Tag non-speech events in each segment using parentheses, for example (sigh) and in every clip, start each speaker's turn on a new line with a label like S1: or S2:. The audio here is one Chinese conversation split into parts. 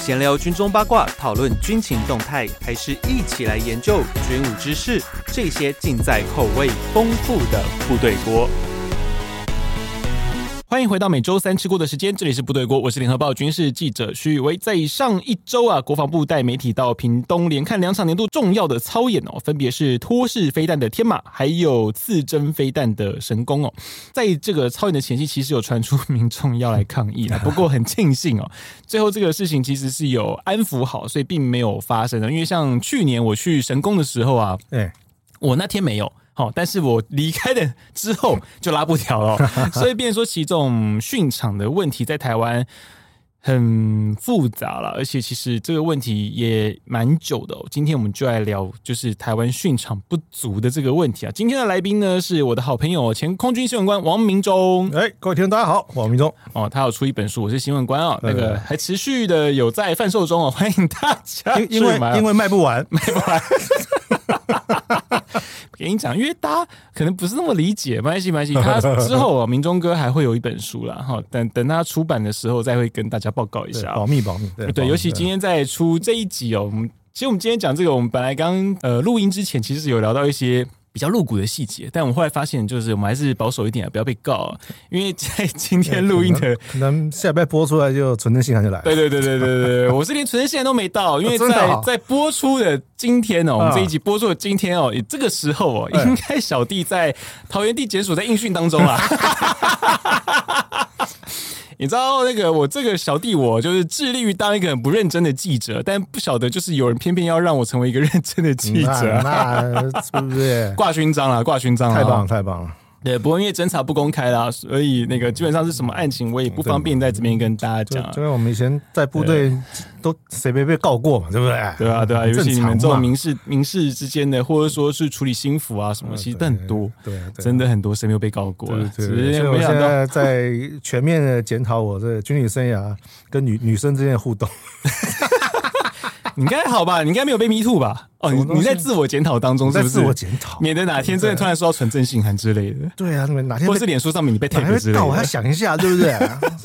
S1: 闲聊军中八卦，讨论军情动态，还是一起来研究军武知识？这些尽在口味丰富的部队锅。欢迎回到每周三吃锅的时间，这里是部队锅，我是联合报军事记者徐宇威。在上一周啊，国防部带媒体到屏东连看两场年度重要的操演哦，分别是托式飞弹的天马，还有刺针飞弹的神功哦。在这个操演的前夕，其实有传出民众要来抗议啊，不过很庆幸哦，最后这个事情其实是有安抚好，所以并没有发生的。因为像去年我去神功的时候啊，
S2: 哎、
S1: 我那天没有。好，但是我离开的之后就拉不条了哦，所以变成说，其实这种训场的问题在台湾很复杂了，而且其实这个问题也蛮久的、哦。今天我们就来聊，就是台湾训场不足的这个问题啊。今天的来宾呢是我的好朋友前空军新闻官王明忠
S2: 哎、各位听众大家好，我是明忠。
S1: (laughs) 哦，他有出一本书，我是新闻官哦，那个
S2: 对
S1: 还持续的有在贩售中哦， (laughs) 欢迎大家
S2: 因因为
S1: 去买哦
S2: 因为卖不完，
S1: 给你讲，因为大家可能不是那么理解，没关系，没关系。他之后啊，明忠哥还会有一本书啦，哈，等等他出版的时候再会跟大家报告一
S2: (laughs) 对
S1: 下
S2: 保
S1: 哦。
S2: 密保密。对，保
S1: 对，
S2: 密
S1: 尤其今天在出这一集哦，我们其实我们今天讲这个，我们本来刚呃录音之前其实是有聊到一些。比较露骨的细节，但我们后来发现，就是我们还是保守一点啊，不要被告啊、因为在今天录音的，
S2: 可能下礼拜播出来就纯正信函就来 (laughs) 了。嗯
S1: 对对对对对对对，我是连存在现在都没到，因为
S2: 真的
S1: 在
S2: 哦
S1: 在播出的今天哦，我们
S2: 啊
S1: 这一集播出的今天哦，
S2: (laughs)
S1: 也这个时候哦，
S2: 哎
S1: 应该小弟在桃园地检署在应讯当中啦。 (laughs) 你知道那个我这个小弟，我就是致力于当一个很不认真的记者，但不晓得就是有人偏偏要让我成为一个认真的记
S2: 嗯那
S1: 者，
S2: 那是
S1: (laughs)
S2: 不是
S1: 挂勋章啦，挂勋章啦，
S2: 太棒了，太棒了？
S1: 对，不过因为侦查不公开啦，所以那个基本上是什么案情，我也不方便在这边跟大家
S2: 就
S1: 讲啊。
S2: 就跟我们以前在部队都谁没被告过嘛，对不对？
S1: 对啊，对啊，
S2: 很
S1: 尤其
S2: 正
S1: 你
S2: 常
S1: 们这种
S2: 嘛
S1: 民事民事之间的，或者说是处理心服啊什么，其实都很多，
S2: 对啊对啊
S1: 真的很多，谁没有被告过
S2: 对
S1: 啊？
S2: 对
S1: 只
S2: 对，
S1: 是
S2: 所以我
S1: 没
S2: 现
S1: 想到，
S2: 在在全面的检讨我的军旅生涯跟女女生之间
S1: (laughs)
S2: 的互动。
S1: 你应该好吧？你应该没有被迷吐吧？哦，你
S2: 什么东西
S1: 你在自我检讨当中，是
S2: 在
S1: 不是？
S2: 自我检讨
S1: 免得哪天真的突然收到纯正信函之类的，
S2: 对啊，你们哪天
S1: 或
S2: 被
S1: 是脸书上面你被
S2: 哪
S1: tag
S2: 天
S1: 之
S2: 被
S1: 类
S2: 告，我还要
S1: 的。
S2: 想一下，对不 (laughs) 对？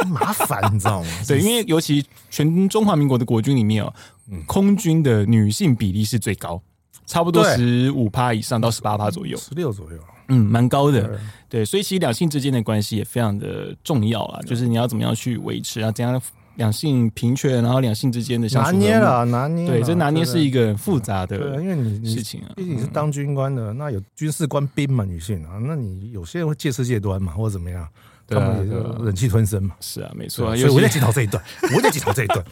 S2: 麻烦，你知道吗？
S1: (laughs) 对，因为尤其全中华民国的国军里面哦，
S2: 嗯
S1: 空军的女性比例是最高，差不多
S2: 对
S1: 十五趴以上到十八趴左右。
S2: 十六左右。
S1: 嗯，蛮高的，对，所以其实两性之间的关系也非常的重要啊，就是你要怎么样去维持，啊然后怎样两性平权，然后两性之间的相
S2: 拿
S1: 处
S2: 捏
S1: 了，
S2: 了，拿捏啦。
S1: 对，这拿捏是一
S2: 个
S1: 个很复杂
S2: 对啊，
S1: 的
S2: 因为你你
S1: 事情啊。嗯
S2: 毕竟你是当军官的，那有军事官兵嘛，女性啊，那你有些人会戒吃戒端嘛，或者怎么样，
S1: 对
S2: 他
S1: 啊
S2: 们也
S1: 对啊
S2: 就忍气吞声嘛。
S1: 是啊，没
S2: 对
S1: 错
S2: 啊
S1: 啊，
S2: 所以
S1: 尤
S2: 我在
S1: 其
S2: 检讨这一段，我在检讨这
S1: (laughs)
S2: 一段，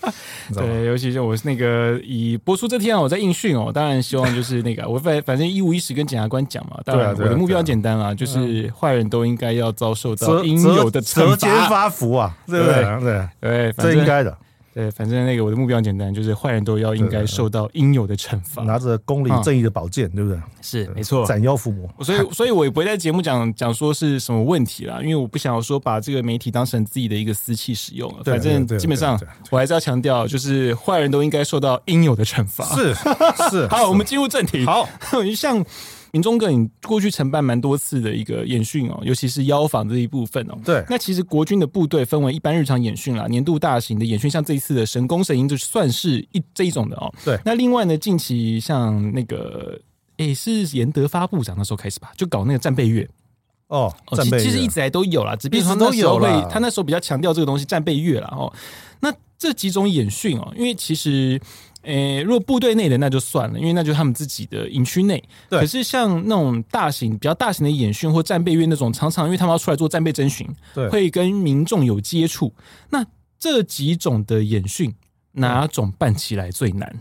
S2: 你知道吗？
S1: 对，尤其是我是那个以播出这天啊，我在应讯哦，当然希望就是那个我反 (laughs) 反正一五一十跟检察官讲嘛，当然
S2: 对啊
S1: 我
S2: 对啊
S1: 的目标很简单啊，就是坏人都应该要遭受到
S2: 折
S1: 应
S2: 折
S1: 有的
S2: 折
S1: 惩
S2: 肩
S1: 罚，
S2: 发福啊，对不对？
S1: 对
S2: 对，
S1: 对，反
S2: 这应
S1: 正
S2: 该的。
S1: 对，反正那个我的目标很简单，就是坏人都要应该受到应有的惩罚。
S2: 拿着公理正义的宝剑，对不对？
S1: 是啊没错啊
S2: 斩妖伏魔，
S1: 哦所
S2: (laughs)
S1: 以，所以我也不会在节目讲讲说是什么问题啦，因为我不想说把这个媒体当成自己的一个私器使用了。
S2: 对啊
S1: 反正
S2: 对啊对啊
S1: 基本上
S2: 对啊对啊，
S1: 我还是要强调，就是坏人都应该受到应有的惩罚。
S2: 是
S1: (laughs)
S2: 是。
S1: 好，我们进入正题。
S2: 好，哦
S1: (laughs) 像明忠哥，你过去承办蛮多次的一个演训哦，尤其是邀访这一部分哦。
S2: 对
S1: 那其实国军的部队分为一般日常演训啦，年度大型的演训，像这一次的神功神鹰，就算是一这一种的哦。
S2: 对
S1: 那另外呢，近期像那个。诶、是严德发部长那时候开始吧，就搞那个战备月。
S2: 哦，
S1: 哦，
S2: 战
S1: 其
S2: 备
S1: 其实
S2: 人
S1: 一直来都有啦，只不过
S2: 一
S1: 他
S2: 直都
S1: 那时候
S2: 有啦
S1: 会，他那时候比较强调这个东西战备月啦。哦。那这几种演训哦，因为其实，诶、如果部队内的那就算了，因为那就是他们自己的营区内。
S2: 对
S1: 可是像那种大型、比较大型的演训或战备月那种，常常因为他们要出来做战备征询，
S2: 对
S1: 会跟民众有接触。那这几种的演训，哪种办起来最难？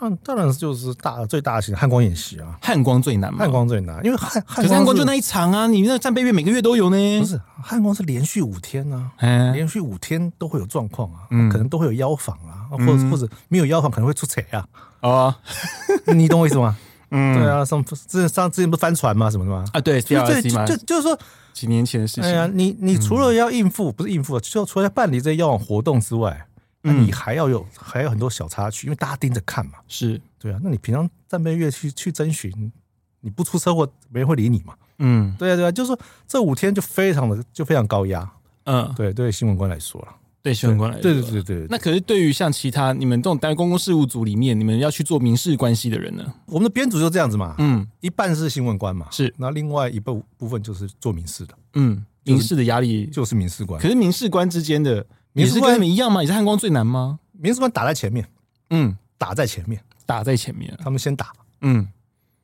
S2: 嗯，当然就是大最大型的汉光演习啊，
S1: 汉光最难嘛
S2: 汉？光最难，因为汉
S1: 可
S2: 汉
S1: 是汉光
S2: 是
S1: 就那一场啊，你那战备月每个月都有呢。
S2: 不，是汉光是连续五天啊，
S1: 嗯，
S2: 连续五天都会有状况啊，
S1: 嗯
S2: 可能都会有腰访啊，或者或者没有腰访可能会出贼啊，
S1: 哦，
S2: (laughs) 你懂我意思吗？
S1: 嗯
S2: 对啊，上之上之前不是翻船吗？什么的吗？
S1: 啊，对
S2: 就就
S1: ，CRC 嘛，
S2: 就就是说，
S1: 几年前的事
S2: 哎呀，
S1: 情。
S2: 你你除了要应付，不是应付，啊就除了办理这些邀往活动之外，那你还要有还有很多小插曲，因为大家盯着看嘛。
S1: 是，
S2: 对啊，那你平常战备月去去征询，你不出车祸，没人会理你嘛。
S1: 嗯
S2: 对啊，对啊，就是说这五天就非常的就非常高压，
S1: 嗯，
S2: 对对，新闻官来说了，
S1: 对选官来说，
S2: 对对对对，
S1: 那可是对于像其他你们这种单位公共事务组里面，你们要去做民事关系的人呢？
S2: 我们的编组就这样子嘛，
S1: 嗯
S2: 一半是新闻官嘛，
S1: 是
S2: 那另外一部部分就是做民事的，
S1: 嗯，民事的压力，
S2: 就是民事官
S1: 可。是民事官之间的也
S2: 民
S1: 是
S2: 事官
S1: 跟你们一样吗？也是汉光最难吗？
S2: 民事官打在前面，
S1: 嗯，
S2: 打在前面，
S1: 打在前面，啊
S2: 他们先打。
S1: 嗯，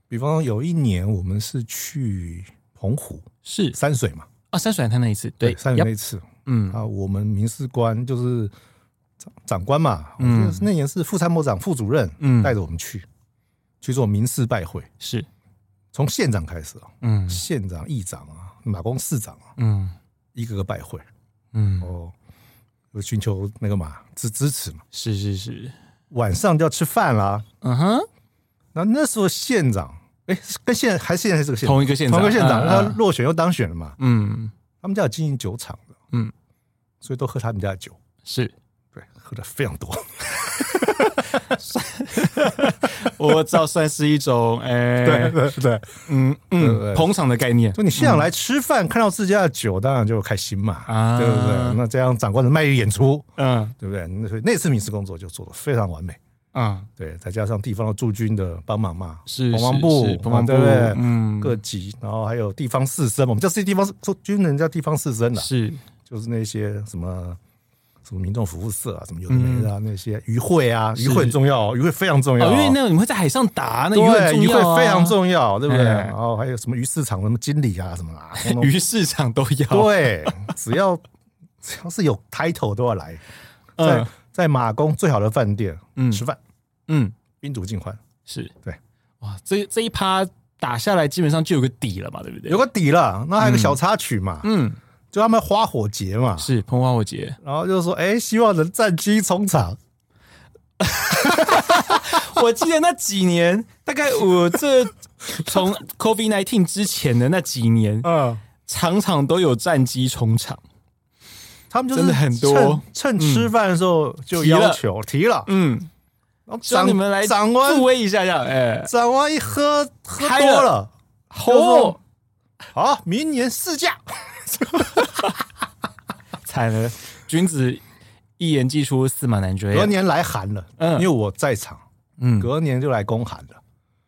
S2: 比方说有一年我们是去澎湖
S1: 是
S2: 山水嘛，
S1: 啊，山水海滩那一次，对，
S2: 山水那
S1: Yup，
S2: 一次
S1: 嗯
S2: 啊，我们民事官就是长长官嘛，
S1: 嗯
S2: 嗯，那年是副参谋长、副主任，
S1: 嗯
S2: 嗯，带着我们去去做民事拜会，
S1: 是，
S2: 从县长开始啊，
S1: 嗯
S2: 县长、议长啊、马公市长啊，
S1: 嗯
S2: 一个个拜会，
S1: 嗯，
S2: 哦，有寻求那个嘛支支持嘛。
S1: 是是是，
S2: 晚上就要吃饭啦，
S1: 嗯哼，
S2: 那那时候县长，哎，跟现在还现在是这个县长
S1: 同一个县长
S2: 同一个县长，
S1: 嗯
S2: 他
S1: 嗯
S2: 落选又当选了嘛。
S1: 嗯
S2: 他们家有经营酒厂的，
S1: 嗯，
S2: 所以都喝他们家的酒，
S1: (laughs) 是。
S2: 对，喝的非常多。
S1: 我知道算是一种，哎、
S2: 对对对，
S1: 嗯
S2: 对
S1: 嗯，
S2: 对
S1: 捧场的概念
S2: 就，你县长来吃饭，看到自家的酒，当然就开心嘛，
S1: 啊
S2: 对不对？那这样长官的卖力演出，
S1: 嗯
S2: 对不对？那所以那次民事工作就做的非常完美。
S1: 嗯，
S2: 对，再加上地方的驻军的帮忙嘛，
S1: 是
S2: 帮忙
S1: 是
S2: 部
S1: 是、帮忙部
S2: 啊对不对？
S1: 嗯
S2: 各级，然后还有地方士绅嘛，我们叫这地方说军人叫地方士绅啦，啊
S1: 是
S2: 就是那些什么什么民众服务社啊，什么有的没的啊，那些渔会啊，渔会很重要哦，渔会非常重要
S1: 哦，
S2: 哦，
S1: 因为那个你们会在海上打，那鱼
S2: 对
S1: 很
S2: 渔
S1: 重要、
S2: 会
S1: 啊，
S2: 非常，重要，对不对？
S1: 哎
S2: 然后还有什么鱼市场什么经理啊什么啦，通通
S1: (laughs) 鱼市场都要，
S2: 对，只要只要是有 title 都要来，在
S1: 嗯
S2: 在马公最好的饭店
S1: 嗯
S2: 吃饭，
S1: 嗯，
S2: 宾主尽欢。
S1: 是
S2: 对，
S1: 哇，这这一趴打下来，基本上就有个底了嘛，对不对？
S2: 有个底了，那还有个小插曲嘛，
S1: 嗯，
S2: 就他们花火节嘛，
S1: 是彭花火节，
S2: 然后就说，哎，希望能战机冲场，
S1: 我记得那几年， (laughs) 大概我这
S2: (laughs)
S1: 从 COVID nineteen 之前的那几年，
S2: 嗯，
S1: 场场都有战机冲场，
S2: 他们就是
S1: 真的很多
S2: 趁趁吃饭的时候就
S1: 提了
S2: 要求提了，
S1: 嗯，
S2: 然后
S1: 让
S2: 长
S1: 你们来
S2: 长官
S1: 助威一下下，哎，
S2: 长官一喝喝
S1: 开了
S2: 多了，就
S1: 吼
S2: 说，好，明年试驾，
S1: 哎惨了，君子一言既出，驷马难追
S2: 隔
S1: 啊，
S2: 年来函了，
S1: 嗯
S2: 因为我在场，
S1: 嗯，
S2: 隔年就来公函了，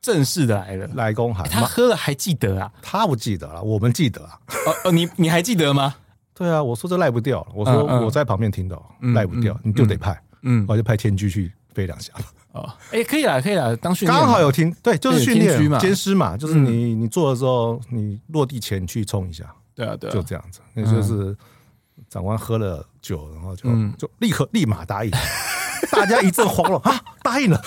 S1: 正式的来了。
S2: 来公函，
S1: 哎他喝了还记得啊？
S2: 他不记得了，我们记得啊。
S1: 哦哦，你你还记得吗？
S2: 对啊，我说这赖不掉了，我说
S1: 嗯嗯
S2: 我在旁边听到
S1: 嗯
S2: 赖不掉，你就得派，
S1: 嗯，
S2: 我就派天驹去飞两下。
S1: 哦，哎，可以啦，可以啦，当训练嘛
S2: 刚好有听，对，就是训
S1: 对有天
S2: 练
S1: 狙嘛嗯
S2: 监师嘛，就是你你做的时候，你落地前去冲一下，
S1: 对啊，对啊，
S2: 就这样子。那就是长官喝了酒，然后就
S1: 嗯
S2: 就立刻立马答应， (laughs) 大家一阵慌乱啊，答应 (laughs) 了，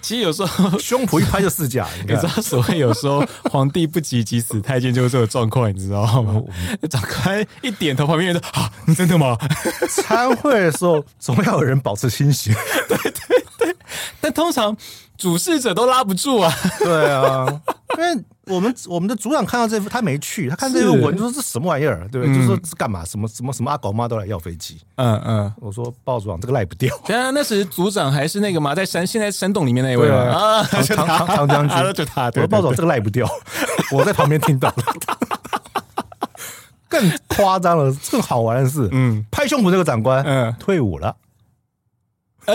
S1: 其实有时 (laughs) 候。
S2: 胸脯一拍就四架，你
S1: 你
S2: 看
S1: 知
S2: (laughs)
S1: 道，所谓有时 (laughs) 候皇帝不急急死太监，就是这种状况，你知道吗？长官一点头，旁边人说：“哦 (laughs) 啊，你真的吗
S2: 参会的时候总要有人保持清 (laughs) 醒。？”
S1: 但通常主事者都拉不住啊。
S2: 对啊，因为我们我们的组长看到这份，他没去，他看这
S1: 是
S2: 份文就说这什么玩意儿，对不对？就说这干嘛？什么什么什么阿狗妈都来要飞机。
S1: 嗯嗯。
S2: 我说鲍组长这个赖不掉，
S1: 对啊，那时组长还是那个嘛，在山现在山洞里面那一位嘛
S2: 对啊
S1: 啊，
S2: 唐
S1: 就 (laughs) 他
S2: 唐唐 (laughs) 将军
S1: 啊就他，
S2: 我
S1: 对
S2: 说
S1: 对
S2: 鲍组长
S1: 对，
S2: 这个赖不掉， (laughs) 我在旁边听到了。 (laughs) 更夸张了，更好玩的是，
S1: 嗯
S2: 嗯，拍胸脯这个长官，
S1: 嗯
S2: 嗯，退伍了，
S1: 哦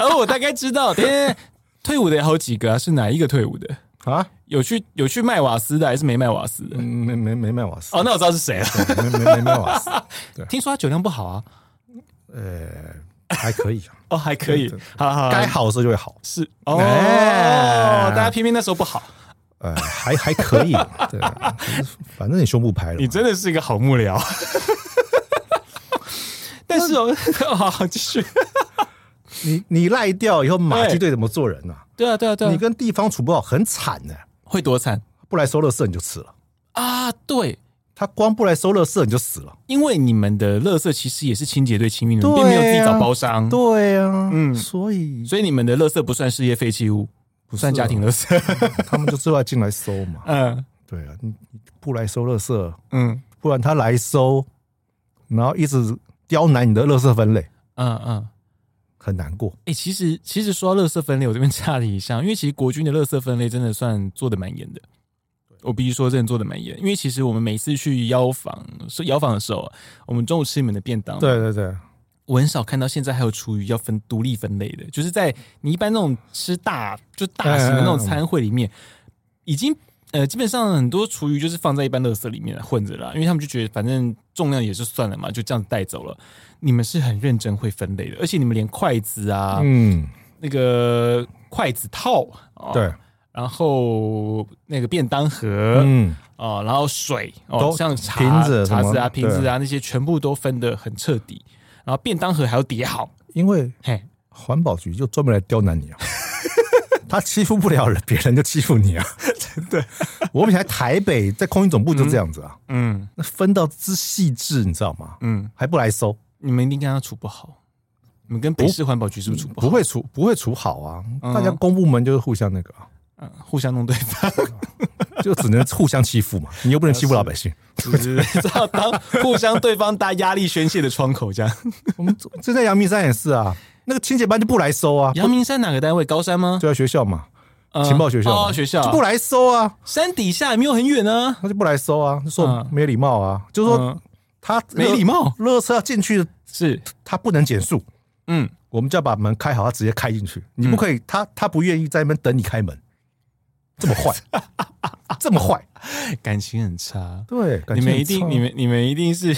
S1: 哦，我大概知道，等一下退伍的有好几个啊，是哪一个退伍的？
S2: 啊，
S1: 有去有去卖瓦斯的，还是没卖瓦斯的
S2: 嗯？没没没卖瓦斯， (laughs)
S1: 哦，那我知道是谁了。
S2: 没没没卖瓦斯，
S1: 听说他酒量不好啊。
S2: 呃，还可
S1: (laughs)
S2: 以，
S1: 哦，还可以
S2: 对对，
S1: 好好好
S2: 该好的时候就会好，
S1: 是哦，
S2: 哎
S1: 大家偏偏那时候不好，
S2: 呃，还还可以， (laughs) 对，反正你胸部拍了嘛，
S1: 你真的是一个好幕僚。但是哦， (laughs) 好好继续。
S2: 你你赖掉以后，马
S1: 对
S2: 基队怎么做人啊？
S1: 对啊，对啊，对
S2: 你
S1: 啊，
S2: 跟地方处不好，很惨的、
S1: 会多惨
S2: 不来收乐色你就死了，
S1: 啊？对，
S2: 他光不来收乐色你就死了。
S1: 因为你们的垃圾其实也是清洁队清运，你们
S2: 对啊
S1: 并没有自己找包商，
S2: 对啊，
S1: 嗯
S2: 嗯，所以
S1: 所以你们的垃圾不算事业废弃物，不算家庭垃圾。
S2: 他们就知道进来收嘛。
S1: (laughs) 嗯
S2: 对啊，你你不来收乐色，
S1: 嗯
S2: 不然他来收，然后一直刁难你的乐色分类，
S1: 嗯嗯。
S2: 很难过。
S1: 哎、其实其实说到垃圾分类，我这边岔了一下，因为其实国军的垃圾分类真的算做的蛮严的。我必须说，真的做的蛮严。因为其实我们每次去邀访，是邀访的时候，啊我们中午吃你们的便当嘛，
S2: 对对对，
S1: 我很少看到现在还有厨余要分独立分类的，就是在你一般那种吃大就大型的那种餐会里面，已经呃基本上很多厨余就是放在一般垃圾里面混着啦，因为他们就觉得反正重量也是算了嘛，就这样子带走了。你们是很认真会分类的，而且你们连筷子啊、
S2: 嗯，
S1: 那个筷子套，哦、
S2: 对，
S1: 然后那个便当盒，
S2: 嗯，
S1: 哦，然后水哦，
S2: 都
S1: 像茶
S2: 瓶子什
S1: 茶
S2: 么
S1: 子啊、瓶子
S2: 对
S1: 啊那些，全部都分的很彻底。然后便当盒还要叠好，
S2: 因为
S1: 嘿，
S2: 环保局就专门来刁
S1: (laughs)
S2: 难你啊。他欺负不了人，别人就欺
S1: (laughs)
S2: 负你啊！真的，我们以前台北在空运总部就这样子啊，
S1: 嗯
S2: 那分到之细致，你知道吗？
S1: 嗯，
S2: 还不来收，
S1: 你们一定跟他处不好，你们跟北市环保局是不是处不好？
S2: 不会处不会处好啊！
S1: 嗯
S2: 大家公部门就是互相那个啊，
S1: 嗯，互相弄对方，
S2: 就只能互相欺负嘛，你又不能欺负老百姓。
S1: (laughs) 是不 (laughs) 是？只好当互相对方搭压力宣泄的窗口这样。
S2: 我们 (laughs) 这在阳明山也是啊，那个清洁班就不来收啊，
S1: 阳明山哪个单位？高山吗？
S2: 就在学校嘛，
S1: 嗯
S2: 情报学校嘛
S1: 哦，学校
S2: 就不来收啊，
S1: 山底下也没有很远啊，
S2: 他就不来收啊，就说
S1: 嗯
S2: 没礼貌啊，就说
S1: 嗯
S2: 他
S1: 没礼貌
S2: 垃圾要进去，
S1: 是，
S2: 他不能减速，
S1: 嗯，
S2: 我们就要把门开好，他直接开进去，你不可以，他他不愿意在那边等你开门，这
S1: (laughs)
S2: 么坏，这么坏，
S1: 感情很差。
S2: 对，嗯感
S1: 你
S2: 觉
S1: 们
S2: 很
S1: 一定，
S2: 差
S1: 你们你们一定是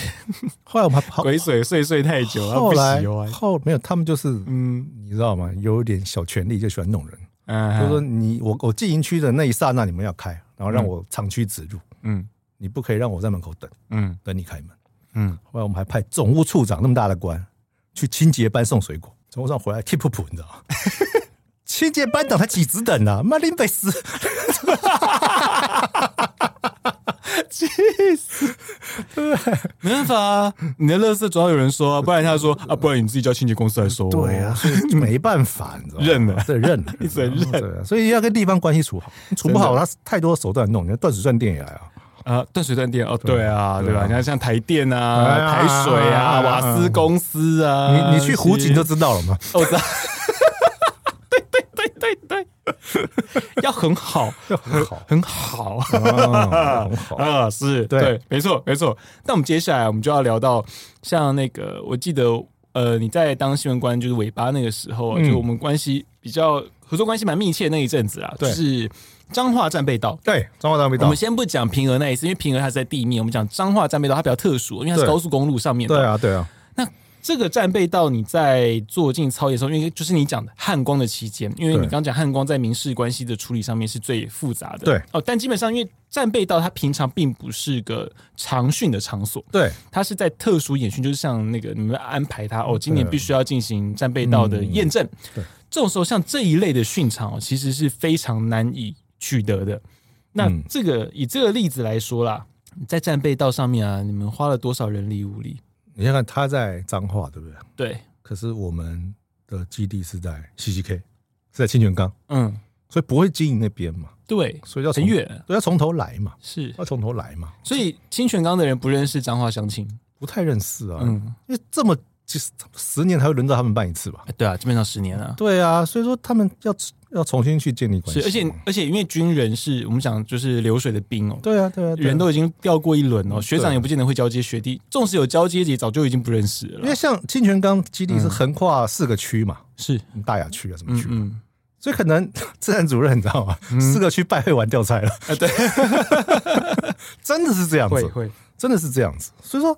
S2: 后来我们还跑。
S1: 鬼水睡睡太久，然
S2: 后
S1: 不
S2: 来
S1: 喜欢。
S2: 后没有，他们就是
S1: 嗯
S2: 你知道吗？有点小权力就喜欢弄人，
S1: 嗯，
S2: 就说你我我进营区的那一刹那你们要开，然后让我长驱直入，
S1: 嗯
S2: 你不可以让我在门口等
S1: 嗯
S2: 等你开门。
S1: 嗯，
S2: 后来我们还派总务处长那么大的官去清洁班送水果，总务长回来气噗噗，你知道吗？
S1: (laughs)
S2: 清洁班长才几职等啊，妈林北斯，气
S1: 没办法啊，你的垃圾总要有人收啊，不然他说啊，不然你自己叫清洁公司来收、哦。
S2: 对啊，，所以就没办法，你知道吗？
S1: 认了
S2: 对，认了，
S1: (laughs) 一直认
S2: 对啊，所以要跟地方关系处好，处不好，
S1: 真
S2: 他太多手段弄，你看断水断电也来啊，
S1: 啊，断水断电哦，对啊，
S2: 对
S1: 对
S2: 啊
S1: 吧？你看像台电
S2: 哎
S1: 啊、
S2: 呀
S1: 台水啊、
S2: 哎呀
S1: 瓦斯公司啊，
S2: 你你去湖景就知道了嘛。 (laughs)
S1: 哦，我知道对对对对对，要很好，，
S2: 就很好
S1: 很好
S2: 啊很
S1: (laughs)
S2: 好。
S1: 啊，是
S2: 对
S1: 对，没错没错。那我们接下来我们就要聊到像那个，我记得呃，你在当新闻官就是尾巴那个时候啊，
S2: 嗯
S1: 就我们关系比较合作关系蛮密切那一阵子啊，就
S2: 对
S1: 是彰化战备道。
S2: 对，彰化大味
S1: 我
S2: 道
S1: 们，先不讲平和那一次，因为平和它是在地面。我们讲彰化战备道，它比较特殊，因为它是
S2: 对
S1: 高速公路上面的。
S2: 对啊，对啊，
S1: 那这个战备道，你在做进操演的时候，因为就是你讲的汉光的期间，因为你
S2: 对
S1: 刚刚讲汉光在民事关系的处理上面是最复杂的。
S2: 对
S1: 哦，但基本上因为战备道它平常并不是个常训的场所，
S2: 对
S1: 它是在特殊演训，就是像那个你们安排它哦，今年必须要进行战备道的验证。
S2: 对
S1: 这种时候像这一类的训场哦，其实是非常难以取得的。那
S2: 嗯
S1: 这个、以这个例子来说啦，在战备道上面啊，你们花了多少人力物力？
S2: 你看看他在彰化，对不对？
S1: 对，
S2: 可是我们的基地是在西西 K，是在清泉岗，
S1: 嗯，
S2: 所以不会经营那边嘛，
S1: 对，
S2: 所以要从
S1: 很，远
S2: 对，要从头来嘛，
S1: 是，
S2: 要从头来嘛，
S1: 所以清泉岗的人不认识彰化乡亲，
S2: 不太认识啊，
S1: 嗯，
S2: 因为这么其实十年才会轮到他们办一次吧？
S1: 哎对啊，基本上十年了。
S2: 对啊，所以说他们要要重新去建立关
S1: 是
S2: 系，，
S1: 而且而且，因为军人是我们讲就是流水的兵哦，
S2: 对啊，对啊，对啊嗯
S1: 人都已经调过一轮哦，学长
S2: 对
S1: 也不见得会交接学弟，纵使有交接也早就已经不认识
S2: 因
S1: 了
S2: 为
S1: 啦。
S2: 像清泉岗基地是横跨四个区嘛，
S1: 是，
S2: 大雅区啊什么
S1: 嗯
S2: 区，
S1: 嗯，
S2: 所以可能 (laughs) 自然主任你知道吗？四个区拜会完掉菜了，
S1: 啊对，
S2: (laughs) 真的是这样
S1: 会
S2: 子，
S1: 会，
S2: 真的是这样子。所以说，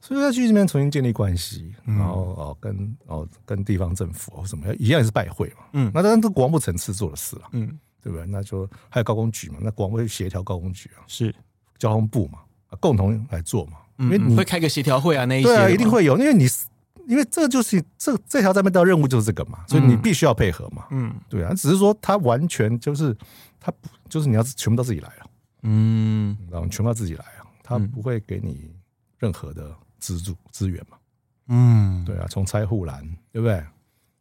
S2: 所以说要去这边重新建立关系，
S1: 嗯
S2: 然后哦跟哦跟地方政府哦什么一样也是拜会嘛，
S1: 嗯
S2: 那当然是国防部层次做的事了，啊
S1: 嗯，
S2: 对不对？那就还有高工局嘛，那国防部会协调高工局啊，
S1: 是，
S2: 交通部嘛，啊共同来做嘛，因
S1: 嗯
S2: 为
S1: 嗯，
S2: 你
S1: 会开个协调会啊，那一些
S2: 对啊
S1: 的
S2: 一定
S1: 嘛，
S2: 会有，因为你因为这就是这这条战备道任务就是这个嘛，所以你必须要配合嘛，
S1: 嗯
S2: 对啊，只是说他完全就是他不就是你要全部都自己来啊，
S1: 嗯，
S2: 你知道吗？全部要自己来啊，他不会给你任何的资助资源嘛。
S1: 嗯，
S2: 对啊，从拆护栏，对不对？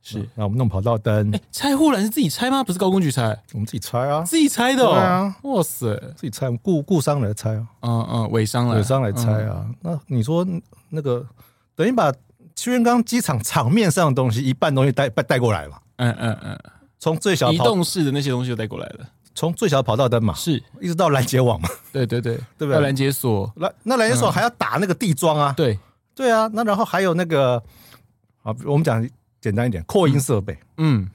S1: 是。
S2: 那我们弄跑道灯，
S1: 哎，拆护栏是自己拆吗？不是高工局拆，
S2: 我们自己拆啊，
S1: 自己拆的哦。
S2: 对啊
S1: 哇塞，
S2: 自己拆，我们雇雇商来拆啊，
S1: 嗯嗯，尾商来，
S2: 友商来拆
S1: 嗯
S2: 啊。那你说那个等于把屈原刚机场场面上的东西一半东西带带带过来嘛？
S1: 嗯嗯嗯，
S2: 从最小
S1: 移
S2: 跑
S1: 动式的那些东西都带过来了。
S2: 从最小跑道灯嘛，
S1: 是
S2: 一直到拦
S1: (laughs)
S2: 截网嘛。
S1: 对对对，
S2: 对不对
S1: 要拦截锁，
S2: 那那拦截
S1: 嗯
S2: 手还要打那个地桩啊，
S1: 对，
S2: 对啊，那然后还有那个啊，我们讲简单一点，扩音设备、
S1: 嗯，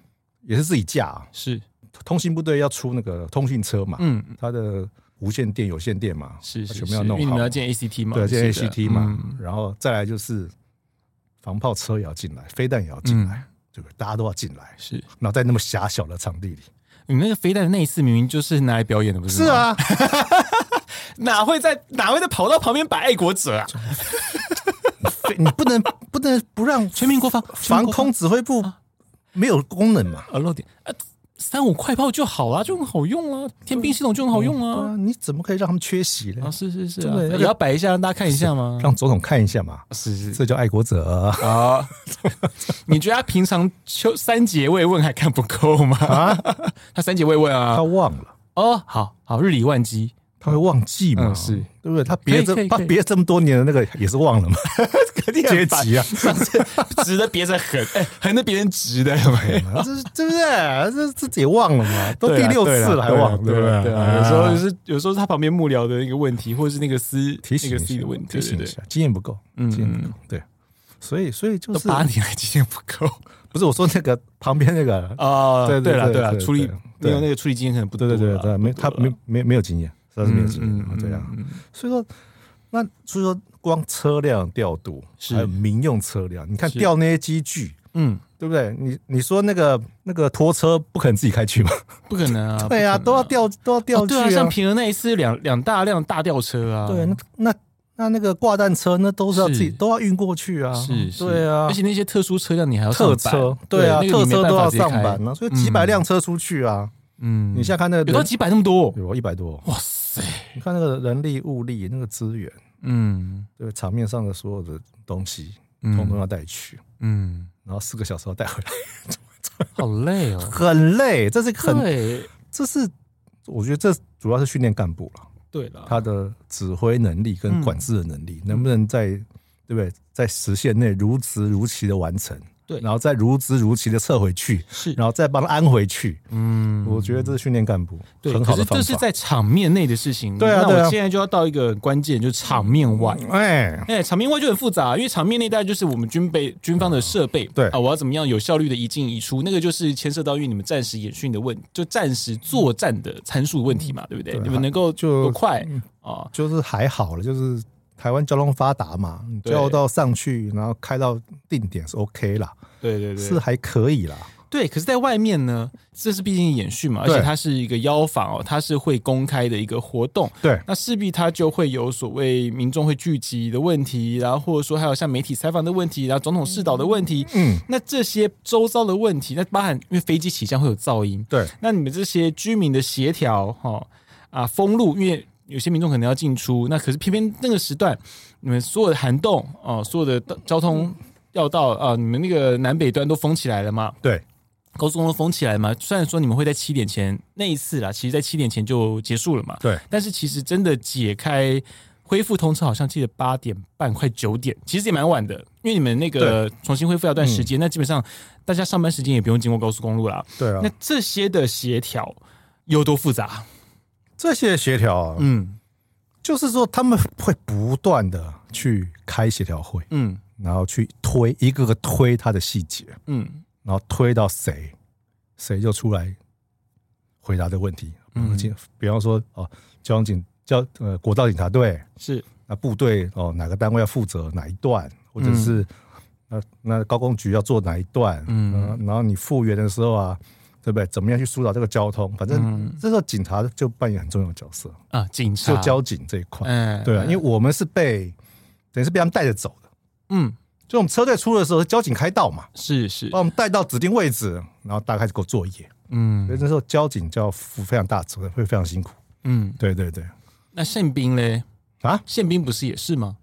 S2: 也是自己架啊。
S1: 是，
S2: 通信部队要出那个通信车嘛，
S1: 嗯，
S2: 它的无线电、有线电嘛，
S1: 是是
S2: 啊全
S1: 是，
S2: 部要
S1: 因
S2: 弄
S1: 为你
S2: 好
S1: 们，要建 ACT 嘛，
S2: 对，
S1: 我记得
S2: 建 ACT 嘛，
S1: 嗯
S2: 然后再来就是防炮车也要进来，飞弹也要进
S1: 嗯
S2: 来，对不对？大家都要进来，
S1: 是
S2: 然后在那么狭小的场地里，
S1: 你们那个飞弹的那一次明明就是拿来表演的，不是？
S2: 是，啊，
S1: 哪会在哪会在跑道旁边摆爱国者啊？
S2: 飞你不能不能不让
S1: (laughs) 全民国防，全
S2: 防
S1: 民国防
S2: 空指挥部没有功能嘛？
S1: 啊漏点啊，三五快炮就好啦，就很好用啊，天兵系统就很好用
S2: 对
S1: 啊。
S2: 啊，你怎么可以让他们缺席呢
S1: 啊，？是是是
S2: 真
S1: 啊，
S2: 的
S1: 也要摆一下让大家看一下嘛。
S2: 让总统看一下嘛，
S1: 是是
S2: 这叫爱国者
S1: 啊， (laughs) 你觉得他平常秋三节慰问还看不够吗？
S2: 啊！
S1: (laughs) 他三节慰问啊
S2: 他，忘了，
S1: 哦，好好，日理万
S2: (laughs)
S1: 机，
S2: 他会忘记嘛？
S1: 嗯是
S2: 对不对？他
S1: 可
S2: 别
S1: 以可
S2: 这
S1: 以
S2: 他
S1: 可以
S2: 别这么多年的那个也是忘了嘛？
S1: 肯定
S2: 阶级啊，
S1: 上次直的别成横，哎横的别成直的，哎有没有
S2: 啊这是对不对？这自己也忘了嘛？都第六次了还忘，
S1: 啊对
S2: 不
S1: 啊
S2: 对？
S1: 对啊，有时候是有时候是他旁边幕僚的一个问题，或者是那个司
S2: 提醒
S1: 那
S2: 一
S1: 个司
S2: 下
S1: 的问题，
S2: 提
S1: 对对
S2: 醒一
S1: 对，嗯
S2: 下，经验不够，经验不够，对。所以，所以就
S1: 都
S2: 是
S1: 八年来经验不够
S2: 不是我说那个旁边
S1: (laughs)
S2: 那个
S1: 啊
S2: 对对
S1: 对了
S2: 对
S1: 对了，
S2: 对
S1: 处理
S2: 对
S1: 没
S2: 对
S1: 有那个处理经验可能不
S2: 对对
S1: 多
S2: 对
S1: 啦
S2: 对，没他没没没有经验，实在是没有经验
S1: 嗯嗯
S2: 啊，
S1: 嗯
S2: 对啊。所以说，那所以说，光车辆调度，
S1: 是
S2: 还有民用车辆，你看
S1: 是
S2: 调那些机具，
S1: 嗯，
S2: 对不对？你你说那个那个拖车不可能自己开去吗？
S1: 不可能啊，
S2: 对啊，
S1: 不可
S2: 都
S1: 能
S2: 要调都要调
S1: 哦
S2: 去
S1: 对啊，像平儿那一次两两大辆大吊车啊，
S2: 对，那那那那个挂弹车，那都是要
S1: 是
S2: 自己都要运过去啊，
S1: 是，是
S2: 对啊
S1: 而。且那些特殊车辆你还要上
S2: 特
S1: 班
S2: 车对啊，
S1: 那个
S2: 特
S1: 你没
S2: 车
S1: 办
S2: 都
S1: 法
S2: 要
S1: 直接
S2: 上
S1: 开
S2: 班啊，所以几百辆车出去啊。
S1: 嗯，
S2: 你现在看那个
S1: 有到
S2: 人
S1: 几百那么多，
S2: 有一百多，
S1: 哇塞，
S2: 你看那个人力物力那个资源，
S1: 嗯
S2: 对场面上的所有的东西，
S1: 嗯
S2: 通通要带去，
S1: 嗯，
S2: 然后四个小时要带回来，
S1: 好累哦，
S2: 很累。这是很，
S1: 对
S2: 这是我觉得这主要是训练干部了，
S1: 对了，
S2: 他的指挥能力跟
S1: 啊嗯
S2: 管制的能力，能不能在对不对，在时限内如职如期的完成，
S1: 对
S2: 然后再如职如期的撤回去，
S1: 是
S2: 然后再帮他安回去。
S1: 嗯，
S2: 我觉得这是训练干部
S1: 对，
S2: 很好的
S1: 可
S2: 方
S1: 是
S2: 法。
S1: 这是在场面内的事情。
S2: 对啊
S1: 那
S2: 对
S1: 我
S2: 啊
S1: 现在就要到一个很关键，就是场面外。
S2: 哎，
S1: 哎、场面外就很复杂，因为场面内大概就是我们军备军方的设备，
S2: 对
S1: 啊，我要怎么样有效率的一进一出，那个就是牵涉到因为你们战时演训的问，就战时作战的参数问题嘛，对不对？
S2: 嗯对啊
S1: 你们能够
S2: 就嗯
S1: 多快啊？
S2: 就是还好了，就是台湾交通发达嘛，你
S1: 对
S2: 交流道上去，然后开到定点是 OK 啦，
S1: 对对对，
S2: 是啊还可以啦。
S1: 对，可是，在外面呢，这是毕竟演训嘛，而
S2: 对
S1: 且它是一个邀访哦，它是会公开的一个活动，
S2: 对
S1: 那势必它就会有所谓民众会聚集的问题，然后或者说还有像媒体采访的问题，然后总统视导的问题，
S2: 嗯，
S1: 那这些周遭的问题，那包含因为飞机起降会有噪音，
S2: 对，
S1: 那你们这些居民的协调，哈、啊，封路，因为有些民众可能要进出，那可是偏偏那个时段，你们所有的涵洞哦、所有的道交通要道啊、你们那个南北端都封起来了嘛，
S2: 对，
S1: 高速公路封起来嘛。虽然说你们会在七点前那一次啦，其实在七点前就结束了嘛，
S2: 对，
S1: 但是其实真的解开。恢复通车好像记得八点半，快九点，其实也蛮晚的，因为你们那个重新恢复要段时间，
S2: 嗯
S1: 那基本上大家上班时间也不用经过高速公路啦。
S2: 对啊
S1: 那。这些的协调有多复杂？
S2: 这些协调、啊，
S1: 嗯
S2: 就是说他们会不断的去开协调会，
S1: 嗯
S2: 然后去推一个个推他的细节，
S1: 嗯
S2: 然后推到谁，谁就出来回答这个问题。
S1: 嗯
S2: 嗯，比方说哦，交通警交呃国道警察队，
S1: 是
S2: 那部队哦哪个单位要负责哪一段，或者是、那那高工局要做哪一段，
S1: 嗯
S2: 嗯、然后你复原的时候啊，对不对？怎么样去疏导这个交通？反正、
S1: 嗯
S2: 这时候警察就扮演很重要的角色，
S1: 啊，警
S2: 嗯就
S1: 察
S2: 交警这一块，
S1: 嗯
S2: 对啊，因为我们是被等于是被他们带着走的，
S1: 嗯
S2: 就我们车队出的时候，交警开道嘛，
S1: 是是
S2: 把我们带到指定位置，然后大家开始给我作业，所
S1: 嗯
S2: 以那时候交警就要负非常大的责任，会非常辛苦。
S1: 嗯，
S2: 对对对，
S1: 那宪兵嘞？
S2: 啊，
S1: 宪兵不是也是吗？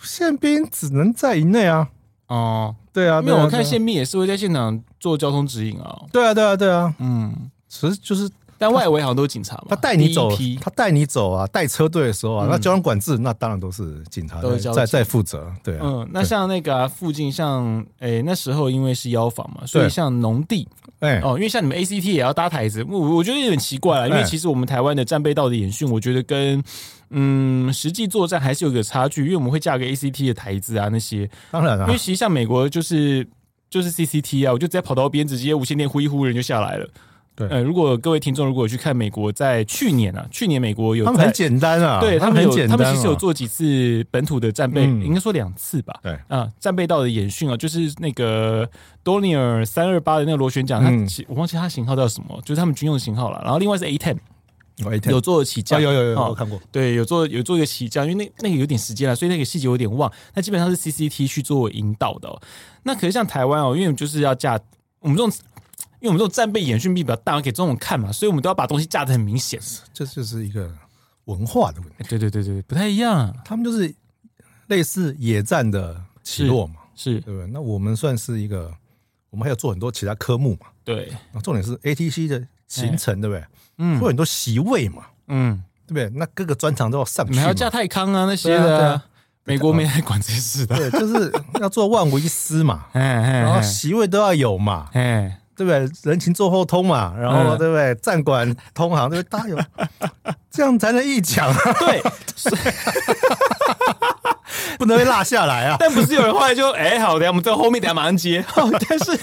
S2: 宪兵只能在营内啊，
S1: 哦，
S2: 对啊，
S1: 因为
S2: 对啊
S1: 我看
S2: 对啊
S1: 宪兵也是会在现场做交通指引啊。
S2: 对啊，对啊，对啊，
S1: 嗯，
S2: 其实就是
S1: 但外围好像都是警察嘛，
S2: 他带你走啊
S1: 第一，批嗯
S2: 他带你走啊，带车队的时候啊，那交通管制那当然都是警察
S1: 都
S2: 在
S1: 是交
S2: 在
S1: 警
S2: 在负责，对啊，
S1: 嗯，那像那个啊、附近像，诶那时候因为是腰房嘛，所以
S2: 对
S1: 像农地
S2: 哎，
S1: 哦，因为像你们 ACT 也要搭台子，我我觉得有点奇怪了，因为
S2: 哎
S1: 其实我们台湾的战备道的演训，我觉得跟嗯实际作战还是有个差距，因为我们会架个 ACT 的台子啊那些，
S2: 当然
S1: 因
S2: 啊
S1: 为，其实像美国就是就是 CCT 啊，我就直接跑到边，直接无线电呼一呼，人就下来了。
S2: 对
S1: 呃，如果各位听众如果有去看美国在去年啊，去年美国有
S2: 他们
S1: 在
S2: 很简单啊，
S1: 对他
S2: 他
S1: 们
S2: 很
S1: 有
S2: 简
S1: 他
S2: 单
S1: 们其实有
S2: 啊，
S1: 做几次本土的战备，
S2: 嗯
S1: 应该说两次吧。
S2: 对
S1: 啊，战备道的演训啊，就是那个多尼尔三二八的那个螺旋桨，它
S2: 嗯
S1: 其我忘记它型号叫什么，就是他们军用型号了。然后另外是 A ten
S2: 有
S1: 有做起降，
S2: 有有有有
S1: 哦
S2: 我看过，
S1: 对，有做有做一个起降，因为那那个有点时间了，所以那个细节有点忘。那基本上是 CCT 去做引导的、哦。那可是像台湾哦，因为我们就是要架我们这种。因为我们这种战备演训比较大，给这种看嘛，所以我们都要把东西架得很明显。
S2: 这就是一个文化的问题，
S1: 哎对对对对，不太一样啊，
S2: 他们就是类似野战的起落嘛，
S1: 是
S2: 对不对？那我们算是一个，我们还有做很多其他科目嘛，
S1: 对，
S2: 那重点是 ATC 的行程，对不对？
S1: 嗯
S2: 会有很多席位嘛，
S1: 嗯，
S2: 对不对？那各个专长都要上
S1: 你
S2: 去
S1: 们还要
S2: 嘛，
S1: 加泰康啊那些
S2: 对啊对
S1: 的啊
S2: 啊，
S1: 美国没来管这些事的。，
S2: 对，就是要做万无一失嘛
S1: (laughs) 哎
S2: 然后席位都要有嘛，
S1: 哎，
S2: 对不对？人情坐后通嘛，然后
S1: 嗯
S2: 对不对？站管通航，对不对？大家有，
S1: (laughs)
S2: 这样才能一讲啊，
S1: 对，是
S2: (laughs) 不能被落下来啊。
S1: 但不是有人后 (laughs) 来就哎，好的，我们在后面等下马上接。 (laughs) 哦但是，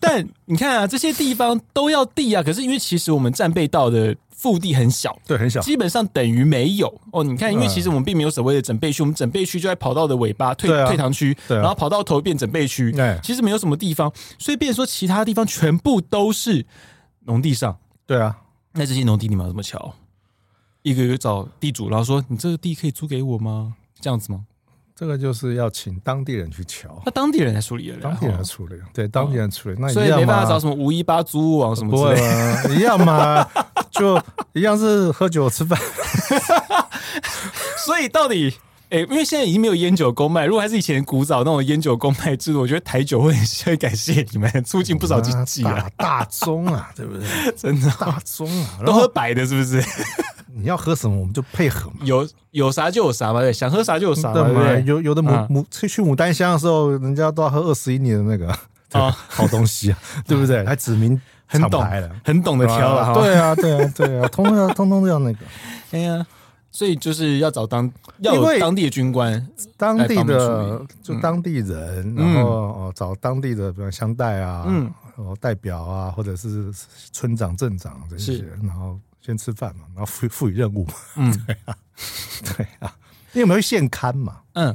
S1: 但你看啊，这些地方都要地啊，可是因为其实我们战备道的腹地很小。
S2: 对，很小，
S1: 基本上等于没有哦，你看，因为
S2: 嗯
S1: 其实我们并没有所谓的整备区，我们整备区就在跑道的尾巴退
S2: 对啊
S1: 退堂区，
S2: 对啊
S1: 然后跑道头变整备区
S2: 哎，
S1: 其实没有什么地方，所以变成说其他地方全部都是农地上，
S2: 对啊，
S1: 那这些农地你们要怎么瞧？一个一个找地主，然后说你这个地可以租给我吗？这样子吗？
S2: 这个就是要请当地人去瞧，
S1: 那当地人来处理了，
S2: 当地人
S1: 哦
S2: 处理，啊对，当地人处理，那
S1: 所以
S2: 一样
S1: 没办法找
S2: 嘛，
S1: 什么五一八租屋网什么
S2: 不
S1: 之
S2: 会
S1: 类的。
S2: 吗？一样嘛， (laughs) 就一样是喝酒吃饭，
S1: 所以到底，哎、因为现在已经没有烟酒公卖，如果还是以前古早那种烟酒公卖制度，我觉得台酒会很会感谢你们，促 (laughs) 进不少经济啊，
S2: 啊，大宗
S1: (laughs)
S2: 啊，对不对？
S1: 真的。
S2: 大宗
S1: (laughs)
S2: 啊， (laughs) 然
S1: 都喝
S2: 后
S1: 白的，是不是？
S2: 你要喝什么，我们就配合嘛。
S1: 有有啥就有啥嘛，对，想喝啥就有啥嘛，
S2: 对
S1: 对不
S2: 嘛？
S1: 对？
S2: 有有的牡
S1: 啊
S2: 牡去去牡丹香的时候，人家都要喝二十一年的那个
S1: (laughs) 啊
S2: 啊，好东
S1: (laughs)
S2: 西啊，对不对？还指明
S1: 很
S2: 厂
S1: 懂
S2: 牌了，，
S1: 很懂得挑了，
S2: 啊
S1: 哈。
S2: 对啊，对啊，对啊，通通要通通都要那个
S1: 哎呀，所以就是要找当要
S2: 因为
S1: 有当地的军官，
S2: 当地
S1: 帮
S2: 的
S1: 忙
S2: 就当地人，然后哦找当地的，比如乡代啊，
S1: 嗯
S2: 哦代表啊，或者是村长、镇长这些
S1: 是，
S2: 然后先吃饭嘛，然后赋予赋予任务嘛， (laughs)
S1: 嗯
S2: 对啊，因为我们会现刊嘛，
S1: 嗯，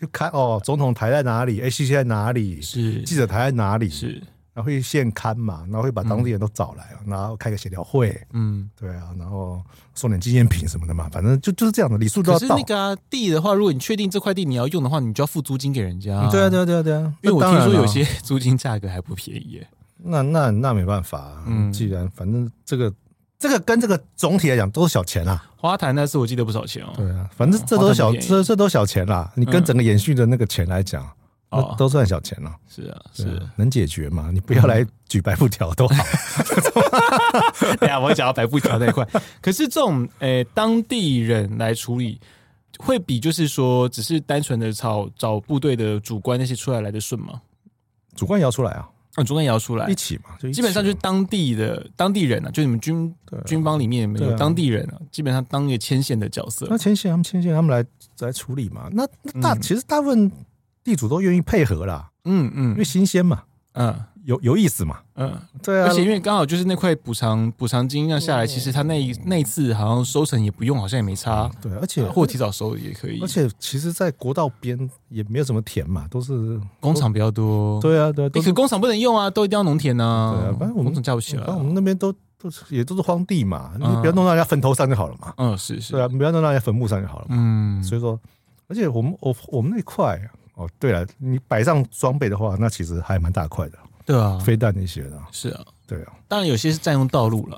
S2: 就刊哦，总统台在哪里，ACC 在哪里，
S1: 是
S2: 记者台在哪里，
S1: 是，
S2: 然后会现刊嘛，然后会把当地人都找来，然后开个协调会，
S1: 嗯。
S2: 对啊，然后送点纪念品什么的嘛，反正就就是这样的，礼数
S1: 可
S2: 都要
S1: 是
S2: 到
S1: 那。个啊、地的话，如果你确定这块地你要用的话，你就要付租金给人家、
S2: 对啊，对啊，对啊，对啊，
S1: 因为我
S2: 那当
S1: 听
S2: 然
S1: 说
S2: 了
S1: 有些 (laughs) 租金价格还不便宜耶。
S2: 那那那没办法、啊
S1: 嗯
S2: 既然反正这个这个跟这个总体来讲都是小钱啦，
S1: 花坛那次我记得不少钱哦，
S2: 对啊，反正这都是
S1: 花
S2: 小
S1: 得很便宜
S2: 这这都是小钱啦，你跟整个延续的那个钱来讲，
S1: 哦
S2: 那都算小钱啦，
S1: 是啊， (laughs) 是嗯
S2: 对啊。能解决嘛？你不要来举白布条
S1: (laughs)
S2: 都好，
S1: 对啊，我要讲到白布条那一块。 (laughs) 可是这种呃当地人来处理，会比就是说只是单纯的找找部队的主官那些出来来的顺吗？
S2: 主观也要出来啊，
S1: 嗯，主官也要出来
S2: 一，起嘛，就一起
S1: 基本上就是
S2: 嘛
S1: 当地的当地人啊，就你们军
S2: 对啊
S1: 军方里面
S2: 对
S1: 有
S2: 啊
S1: 当地人啊，基本上当一个牵线的角色
S2: 那。牵线他们牵线他们来来处理嘛，那那大、其实大部分地主都愿意配合啦，
S1: 嗯嗯
S2: 因为新鲜嘛，
S1: 嗯
S2: 有有意思嘛，
S1: 嗯，
S2: 对啊，
S1: 而且因为刚好就是那块补偿补偿金那下来，其实他那一那一次好像收成也不用，好像也没差，
S2: 对，而且
S1: 或提早收也可以
S2: 嗯而。且其实，在国道边也没有什么田嘛，都是
S1: 工厂比较多，
S2: 对啊，对啊，
S1: 欸
S2: 都
S1: 可
S2: 是
S1: 工厂不能用啊，都一定要农田呐。
S2: 对啊反正我们
S1: 工厂架不起来
S2: 反正
S1: 啊
S2: 我。们那边都都是也都是荒地嘛，你
S1: 嗯
S2: 不要弄到人家坟头上就好了嘛。
S1: 嗯，是是
S2: 对，啊，不要弄到人家坟墓上就好了嘛。
S1: 嗯，
S2: 所以说，而且我们我我们那块哦，对了，你摆上装备的话，那其实还蛮大块的，
S1: 对啊，
S2: 飞弹那些的。
S1: 是啊。
S2: 对啊，
S1: 当然有些是占用道路了，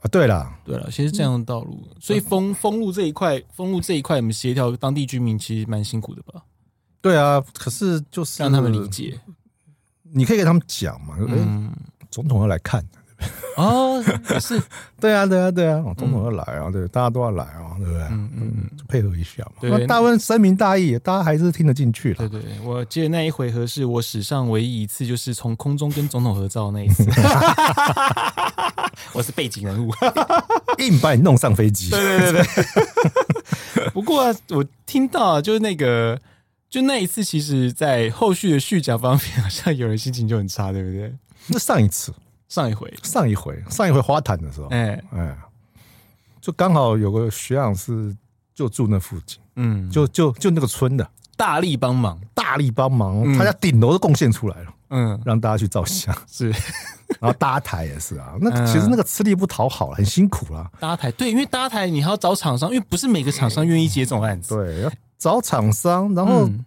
S2: 啊对了，
S1: 对了，有些是占用道路，
S2: 嗯
S1: 所以封封路这一块，封路这一块，我们协调当地居民其实蛮辛苦的吧，
S2: 对啊，可是就是
S1: 让他们理，解。
S2: 你可以跟他们讲嘛，哎，
S1: 嗯，
S2: 总统要来看，
S1: 哦，也是，
S2: 对啊，对啊，对啊，哦总统要来啊，对，大家都要来啊，对不对？
S1: 嗯嗯，嗯
S2: 配合一下嘛。
S1: 对
S2: 那大部分深明大义，大家还是听得进去
S1: 对
S2: 了。
S1: 对对，我记得那一回合是我史上唯一一次，就是从空中跟总统合照那一次， (laughs) 我是背景人物。
S2: 硬把你弄上飞机，
S1: 对对对对。不过、啊、我听到、啊、就是那个，就那一次，其实，在后续的续讲方面，好像有人心情就很差，对不对？
S2: 那上一次，
S1: 上一回，
S2: 上一回，上一回花坛的时候，
S1: 哎、
S2: 哎，就刚好有个学长是就住那附近，
S1: 嗯，就
S2: 就就就那个村的，
S1: 大力帮忙，
S2: 大力帮忙，
S1: 嗯
S2: 他家顶楼都贡献出来了，
S1: 嗯，
S2: 让大家去照相， (laughs)
S1: 是
S2: 然后搭台也是啊，那
S1: 嗯
S2: 其实那个吃力不讨好，很辛苦啦，
S1: 搭台，对，因为搭台你还要找厂商，因为不是每个厂商愿意接这种案子，
S2: 对，要找厂商，然后
S1: 嗯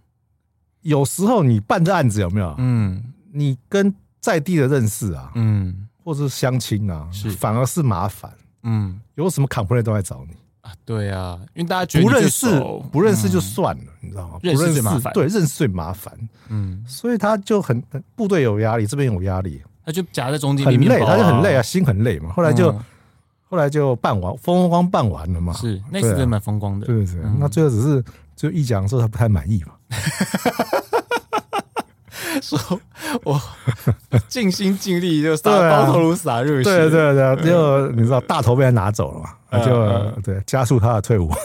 S2: 有时候你办这案子有没有？
S1: 嗯
S2: 你跟在地的认识啊，
S1: 嗯
S2: 或者是相亲啊，
S1: 是
S2: 反而是麻烦，
S1: 嗯
S2: 有什么 complaint 都来找你。
S1: 啊，对啊，因为大家觉得
S2: 不
S1: 你就
S2: 认识
S1: 熟
S2: 不认识就算了，你知道吗？不
S1: 认识
S2: 认
S1: 最麻
S2: 识
S1: 烦
S2: 对，认识最麻烦，
S1: 嗯，
S2: 所以他就很部队有压力，这边有压力，
S1: 他就夹在中间，
S2: 很
S1: 面
S2: 累，
S1: 包
S2: 他就很累啊，，心很累嘛。后来就
S1: 嗯
S2: 后来就办完，风风光办完了嘛，
S1: 是那次
S2: 对啊
S1: 真的蛮风光的，
S2: 对对 (laughs) 对
S1: 嗯。
S2: 那最后只是就一讲说他不太满意嘛，
S1: 说
S2: (laughs)
S1: 我尽心尽力就撒
S2: 对
S1: 包
S2: 啊
S1: 头颅洒热血，
S2: 对啊对对，对就你知道大头被他拿走了嘛，
S1: 嗯
S2: 就对加速他的退伍。 (laughs)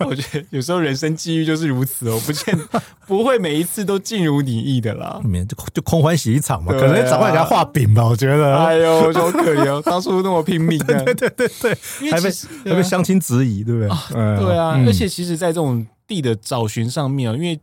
S1: 我觉得有时候人生际遇就是如此哦，不见不会每一次都尽如你意的啦
S2: 里。面就就空欢喜一场嘛，
S1: 对
S2: 可
S1: 啊
S2: 能找快给他画饼吧，我觉
S1: 哎
S2: 得。 (laughs)
S1: 呦，好可怜哦，当初那么拼命、啊，对对对对
S2: 还被还被相亲质疑，对不对？嗯
S1: 对啊，
S2: 嗯
S1: 而且其实，在这种地的找寻上面啊，因为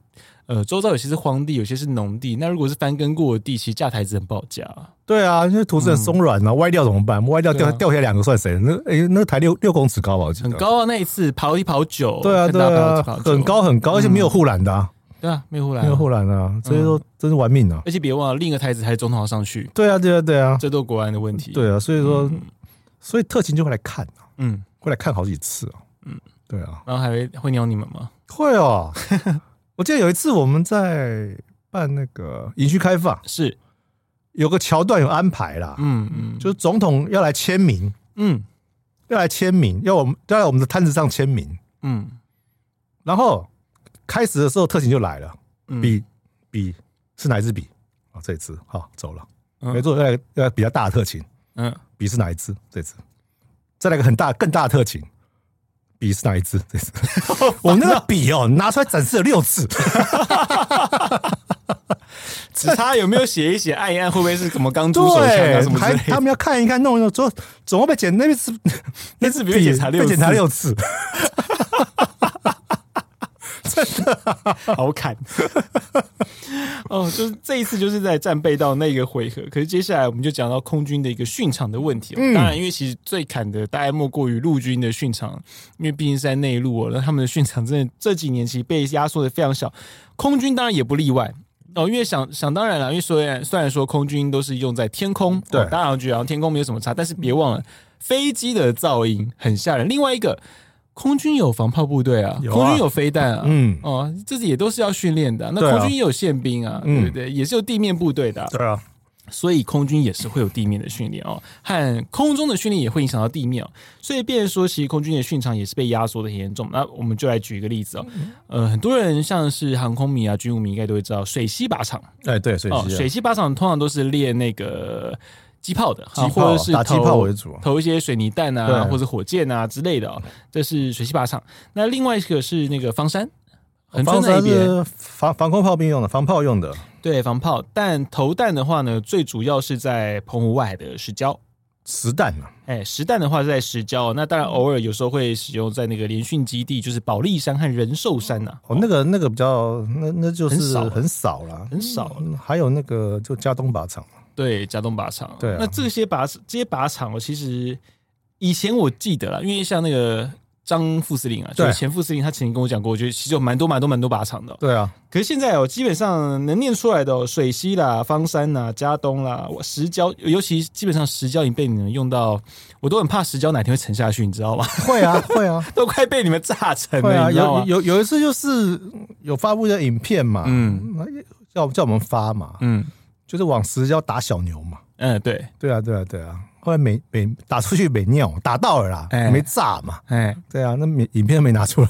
S1: 呃，周遭有些是荒地，有些是农地，那如果是翻耕过的地，其实架台子很不好架啊。
S2: 对啊，因为土质很松软啊，歪掉怎么办？歪掉掉
S1: 嗯对啊
S2: 掉下来两个算谁？那哎，那台六六公尺高吧，我记得
S1: 很。高啊，那一次跑一跑九，
S2: 对啊，
S1: 看
S2: 对
S1: 大家
S2: 啊
S1: 跑一跑，九
S2: 很，高很高，而且没有护栏的啊，
S1: 对啊，没有护栏
S2: 没有
S1: 啊，
S2: 护栏的啊，所以说真是玩命啊。
S1: 而且别忘了另一个台子还是总统要上去，
S2: 对啊，对啊，对啊，
S1: 这都国安的问题。，
S2: 对啊，所以说，所以特勤就会来看啊，
S1: 嗯，
S2: 会来看好几次啊。嗯，对啊，
S1: 然后还会会鸟你们吗？
S2: 会哦。 (laughs) 我记得有一次我们在办那个营区开放，
S1: 是，
S2: 有个桥段有安排啦，
S1: 嗯嗯，
S2: 就是总统要来签名，
S1: 嗯
S2: 要来签名，要我们要来我们的摊子上签名。
S1: 嗯
S2: 然后开始的时候特勤就来了，
S1: 嗯，
S2: 笔笔是哪一支笔？啊，这一支好走了，
S1: 嗯
S2: 没错，要来要来比较大的特勤， (laughs)
S1: 嗯
S2: 笔是哪一支？这一支，再来个很大更大的特勤，笔是哪一支？
S1: (laughs)
S2: 这一支，我那个笔哦，拿出来展示了六次，
S1: 只差有没有写一写按一按，会不会是什么钢珠手枪啊什
S2: 对，
S1: 么之
S2: 还
S1: 类
S2: 他
S1: 的？
S2: 们要看一看，弄一弄，总总要被检那次
S1: (laughs) 那次被检查六
S2: 被
S1: 次
S2: 检查
S1: (laughs)
S2: 六次， (laughs)
S1: 好砍。 (laughs) 哦，就是这一次就是在战备到那个回合，可是接下来我们就讲到空军的一个训场的问
S2: 嗯
S1: 题、哦。当然，因为其实最砍的大概莫过于陆军的训场，因为毕竟是在内陆哦，那他们的训场真的这几年其实被压缩的非常小，空军当然也不例外。哦，因为想想当然了，因为虽然虽然说空军都是用在天空，
S2: 对
S1: 哦、大家好像觉得好像天空没有什么差，但是别忘了飞机的噪音很吓人。另外一个，空军有防炮部队啊，
S2: 有啊
S1: 空军有飞弹啊，
S2: 嗯
S1: 哦，这也都是要训练的啊、那
S2: 对啊
S1: 空军也有宪兵啊，对
S2: 嗯
S1: 不对？也是有地面部队的啊、
S2: 对啊，
S1: 所以空军也是会有地面的训练哦，和空中的训练也会影响到地面、哦，所以变成说，其实空军的训场也是被压缩的很严重。那我们就来举一个例子哦，
S2: 嗯
S1: 呃，很多人像是航空迷啊、军务迷应该都会知道水西靶场
S2: 哎对，所以
S1: 哦，
S2: 是这样
S1: 水西靶场通常都是练那个机炮的，
S2: 击炮
S1: 啊或者是
S2: 打击
S1: 投
S2: 炮为主啊
S1: 投一些水泥弹
S2: 对
S1: 啊，或者火箭啊之类的、哦。这是水西靶场。那另外一个是那个方山，横
S2: 防
S1: 村
S2: 它
S1: 那边
S2: 是防防空炮兵用的，防炮用的，
S1: 对防炮，但投弹的话呢，最主要是在澎湖外海的石礁。
S2: 实弹啊嘛，
S1: 哎，实弹的话是在石礁，那当然偶尔有时候会使用在那个联训基地，就是保利山和仁寿山呐、
S2: 哦，那个那个比较，那那就是
S1: 很少啊
S2: 很少啦，
S1: 很少啊
S2: 嗯还有那个就加东靶场，
S1: 对，加东靶场。
S2: 对啊
S1: 那这些靶这些靶场，我哦其实以前我记得了，因为像那个张副司令啊，就
S2: 对
S1: 是前副司令，他曾经跟我讲过，我觉得其实有蛮多蛮多蛮多靶场的哦、
S2: 对啊，
S1: 可是现在哦，基本上能念出来的、哦，水西啦、方山啦、加东啦、我石礁，尤其基本上石礁已经被你们用到，我都很怕石礁哪天会沉下去，你知
S2: (laughs)
S1: 道吗？
S2: 会啊
S1: (laughs)
S2: 会啊
S1: 都快被你们炸沉
S2: 会
S1: 了，
S2: 啊，
S1: 你知道
S2: 有
S1: 吗？
S2: 有有一次就是有发布一个影片嘛，
S1: 嗯
S2: 嗯，叫叫我们发嘛，
S1: 嗯，
S2: 就是往石礁打小牛嘛，
S1: 嗯，对，
S2: 对啊，对啊，对啊。后来没没打出去没尿，打到了啦，
S1: 哎
S2: 没炸嘛。
S1: 哎，
S2: 对啊，那没影片没拿出来，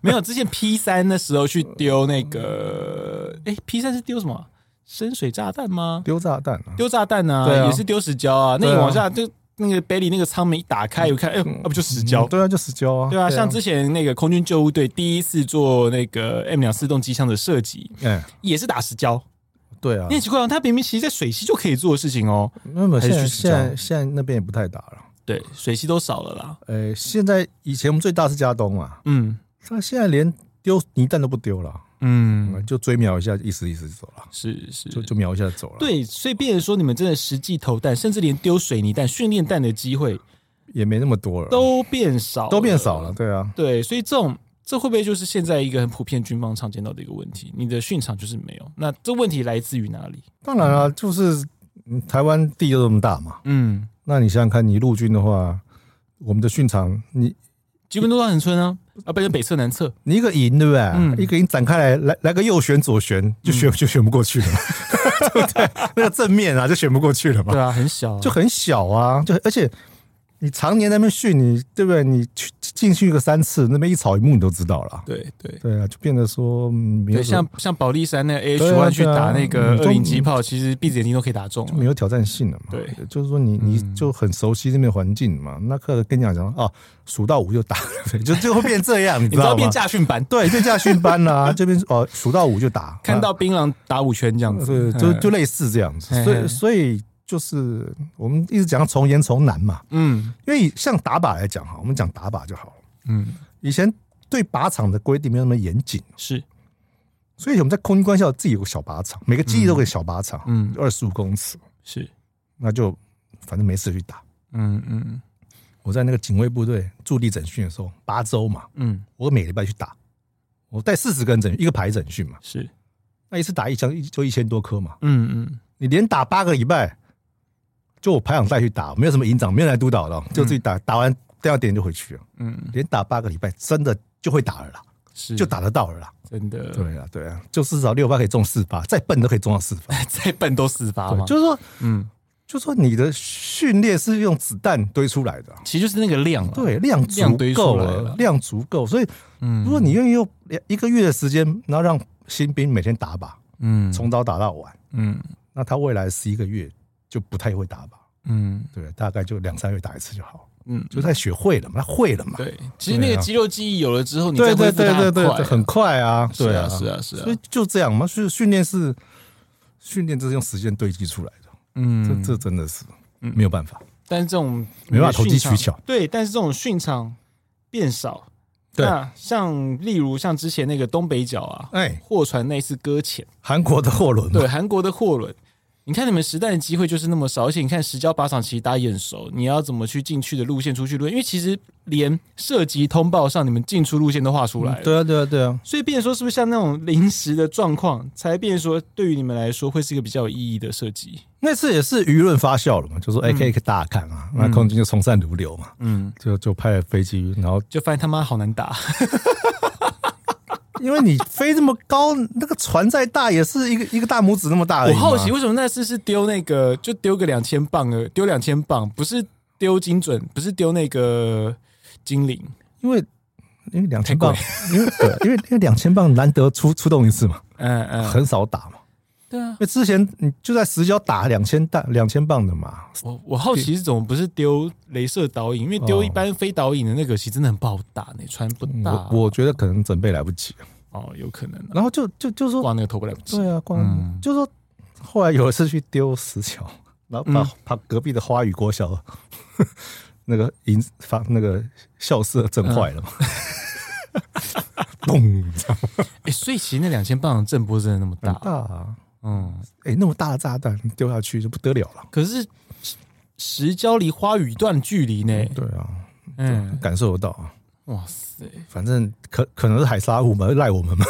S1: 没有，之前 P 三的时候去丢那个，哎，P 三是丢什么啊？深水炸弹吗？
S2: 丢炸弹啊！
S1: 丢炸弹啊，
S2: 对啊
S1: 也是丢石胶啊。那你
S2: 对啊
S1: 往下就那个杯里那个舱门一打开，我看，哎呦，那不就石胶
S2: 嗯？对啊，就石胶啊。
S1: 对啊，像之前那个空军救护队第一次做那个 M 两四动机枪的设计，
S2: 哎，
S1: 也是打石胶。
S2: 对啊
S1: 你，很奇怪哦，它明明其实在水系就可以做的事情哦。
S2: 那么现
S1: 还
S2: 在
S1: 是去石
S2: 现
S1: 胶
S2: 在现在那边也不太打了。
S1: 对，水系都少了啦。
S2: 呃，现在以前我们最大是加东嘛，
S1: 嗯
S2: 他现在连丢泥蛋都不丢了，
S1: 嗯，
S2: 就追瞄一下，意思意思就走了，
S1: 是是，
S2: 就就瞄一下就走了，，
S1: 对，所以变成说你们真的实际投弹，甚至连丢水泥弹、训练弹的机会
S2: 也没那么多了，
S1: 都变少，
S2: 都变少了，。对啊，
S1: 对，所以这种这会不会就是现在一个很普遍军方常见到的一个问题？你的训场就是没有，那这问题来自于哪里？
S2: 当然了、就是嗯台湾地就这么大嘛，
S1: 嗯，
S2: 那你想想看，你陆军的话，我们的训场，你
S1: 吉本都大很村啊，啊，不是北侧南侧，
S2: 你一个营对不对？
S1: 嗯
S2: 一个营展开来，来来个右旋左旋，就旋、就旋不过去了，
S1: (laughs)
S2: 对不对？那个正面啊，就旋不过去了嘛
S1: 对，啊，很小啊、
S2: 就很小啊，就而且你常年在那边训，你对不对？你去进去个三次，那边一草一木你都知道了。
S1: 对对。
S2: 对啊，就变得说嗯没有
S1: 对，
S2: 什么
S1: 像像保利山那 A
S2: 对
S1: H
S2: 啊
S1: One 去打那
S2: 对啊
S1: 个
S2: 嗯
S1: 二零机炮，其实闭着眼睛都可以打中
S2: 就没
S1: 了。
S2: 有挑战性了嘛。
S1: 对，嗯
S2: 就是说你你就很熟悉那边环境嘛。那可跟你讲讲哦，数到五就打，对 (laughs) 就就会变这
S1: (laughs)
S2: 样，你
S1: 你
S2: 知
S1: 知道
S2: 道
S1: 变
S2: 吗？啊
S1: 驾训班，
S2: 对，就驾训班
S1: (laughs)
S2: 啦、这边哦数到五就打，
S1: 看到槟榔打五圈这样
S2: 啊
S1: 子，
S2: 对，就就类似这样子。
S1: 嘿
S2: 所
S1: 嘿
S2: 以所以就是我们一直讲从严从难嘛，
S1: 嗯
S2: 因为像打靶来讲哈，我们讲打靶就好了。
S1: 嗯
S2: 以前对靶场的规定没有那么严谨，
S1: 是
S2: 所以我们在空军官校自己有个小靶场，每个基地都有个小靶场，
S1: 嗯
S2: 二十五公尺，
S1: 是
S2: 那就反正没事去打。
S1: 嗯嗯
S2: 我在那个警卫部队驻地整训的时候，八周嘛，
S1: 嗯
S2: 我每礼拜去打，我带四十个人整一个排整训嘛，
S1: 是
S2: 那一次打一枪一就一千多颗嘛，
S1: 嗯嗯
S2: 你连打八个礼拜，就我排长带去打，没有什么营长，没有人来督导的，就自己打，打完第二点就回去了，
S1: 嗯
S2: 连打八个礼拜，真的就会打了啦，
S1: 是
S2: 就打得到了啦。
S1: 真的
S2: 嗯
S1: (laughs)
S2: 对啊，对啊，就至少六发可以中四发，再笨都可以中到四发。
S1: 再笨都四发嘛，
S2: 对，就是说，
S1: 嗯，
S2: 就是说你的训练是用子弹堆出来的，
S1: 其实就是那个量啊了，
S2: 对，啊量足
S1: 量堆
S2: 够
S1: 出来了
S2: 了，量足够。所以，
S1: 嗯
S2: 如果你愿意用两一个月的时间，然后让新兵每天打靶，
S1: 嗯
S2: 从早打到晚，
S1: 嗯
S2: 那他未来十一个月就不太会打靶，
S1: 嗯
S2: 对，大概就两三个月打一次就好，
S1: 嗯，
S2: 就他学会了嘛，他会了嘛。
S1: 对，其实那
S2: 对
S1: 个
S2: 啊
S1: 肌肉记忆有了之后，你再
S2: 对
S1: 恢
S2: 对
S1: 复
S2: 对
S1: 它
S2: 对对，
S1: 快
S2: 对很快啊，
S1: 是
S2: 对
S1: 啊是啊是啊
S2: 所以就这样嘛，所以训练是训练，就是用时间堆积出来的。
S1: 嗯，
S2: 这这真的是没有办法。
S1: 但是这种
S2: 没办法投机
S1: 训场
S2: 取巧，
S1: 对，但是这种训场变少。
S2: 对
S1: 那像例如像之前那个东北角啊，
S2: 哎，
S1: 货船那次搁浅，
S2: 韩国的货轮嘛，
S1: 对韩国的货轮，你看你们实弹的机会就是那么少，而且你看石礁靶场其实大家也很熟，你要怎么去进去的路线、出去路线，因为其实连涉及通报上你们进出路线都画出来了，
S2: 啊，对啊，对啊，
S1: 所以变成说是不是像那种临时的状况，才变成说对于你们来说会是一个比较有意义的设计？
S2: 那次也是舆论发酵了嘛，就说哎 A K 大家看啊，那空军就从善如流嘛，
S1: 嗯，
S2: 就就派了飞机，然后
S1: 就发现他妈好难打，
S2: 因为你飞这么高，那个船再大也是一个一个大拇指那么大而
S1: 我
S2: 已嘛
S1: 好奇，为什么那次是丢那个就丢个两千磅的，丢两千磅，不是丢精准，不是丢那个精灵，
S2: 因为因为两千磅，因为对因为因为两千磅难得出出动一次嘛，
S1: 嗯嗯，
S2: 很少打嘛，
S1: 对啊
S2: 因，为之前你就在石礁打两千弹两千磅的嘛，
S1: 我我好奇是怎么不是丢镭射导引，因为丢一般非导引的那个其实真的很不好打，你穿不大、
S2: 哦我我觉得可能准备来不及，
S1: 哦，有可能、啊、
S2: 然后就就就说
S1: 挂那个头不来不及，
S2: 对啊，光、
S1: 嗯
S2: 就说后来有一次去丢石桥， (laughs) 然后把、
S1: 嗯
S2: 把隔壁的花语国小 (laughs) 那个银发那个校舍震坏了嘛， (laughs) 咚、这样
S1: 哎、所以其实那两千磅的震波真的那么
S2: 很
S1: 大，
S2: 嗯大啊！
S1: 嗯，
S2: 哎、那么大的炸弹丢下去就不得了了。
S1: 可是石石礁离花语一段距离呢，
S2: 对啊，
S1: 嗯，
S2: 感受得到啊。
S1: 哇塞，
S2: 反正可可能是海沙物嘛，赖我们 (laughs) 嘛。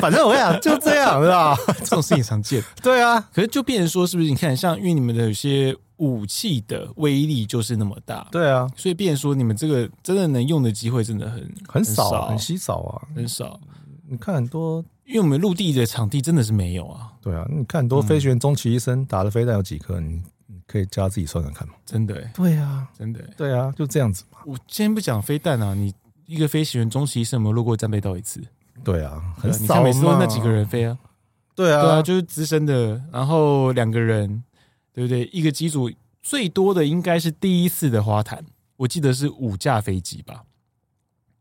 S2: 反正我跟你讲，就这样是吧？
S1: 这种事情常见。
S2: 对啊，
S1: 可是就变成说，是不是？你看，像因为你们的有些武器的威力就是那么大，
S2: 对啊，
S1: 所以变成说你们这个真的能用的机会真的很
S2: 很少啊，
S1: 很
S2: 很稀少啊。
S1: 很少。
S2: 你看很多
S1: 因为我们陆地的场地真的是没有啊，
S2: 对啊，你看很多飞行员终其一生打的飞弹有几颗，你你可以叫他自己算算看嘛。
S1: 真的欸，
S2: 对啊，
S1: 真的欸。
S2: 对啊，就这样子嘛。
S1: 我先不讲飞弹啊，你一个飞行员终其一生有没有落过战备道一次？
S2: 对啊，很
S1: 对啊你
S2: 少
S1: 看每次都
S2: 嘛
S1: 那几个。人飞啊，
S2: 对啊，
S1: 对啊，就是资深的，然后两个人，对不对？一个机组最多的应该是第一次的花坛，我记得是五架飞机吧，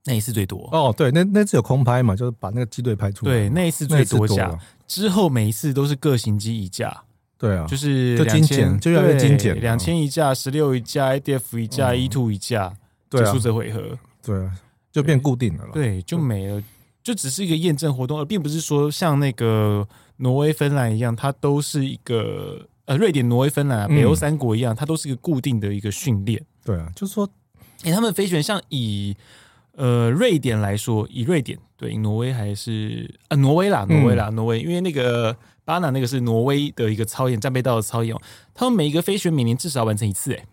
S1: 那一次最多。
S2: 哦，对，那那次有空拍嘛，就是把那个机队拍出来。
S1: 对，那一次
S2: 那
S1: 最
S2: 一次
S1: 多
S2: 多
S1: 架
S2: 啊，。
S1: 之后每一次都是各型机一架，
S2: 对啊，
S1: 就是
S2: 就精简就越来越精简啊嗯
S1: 两千一架、十六一架、ADF 一架、E two 一架，
S2: 对
S1: 结
S2: 啊
S1: 束，这回合，
S2: 对啊，就变固定了啦。
S1: 对，就没了，就只是一个验证活动，而并不是说像那个挪威、芬兰一样，它都是一个呃，瑞典、挪威、芬兰啊、
S2: 嗯
S1: 北欧三国一样，它都是一个固定的一个训练。
S2: 对啊，就是说，
S1: 哎、他们飞行员像以呃瑞典来说，以瑞典对以挪威还是啊挪威啦，挪威啦，挪威，因为那个巴拿那个是挪威的一个操演，战备道的操演哦，他们每一个飞行员每年至少完成一次、哎，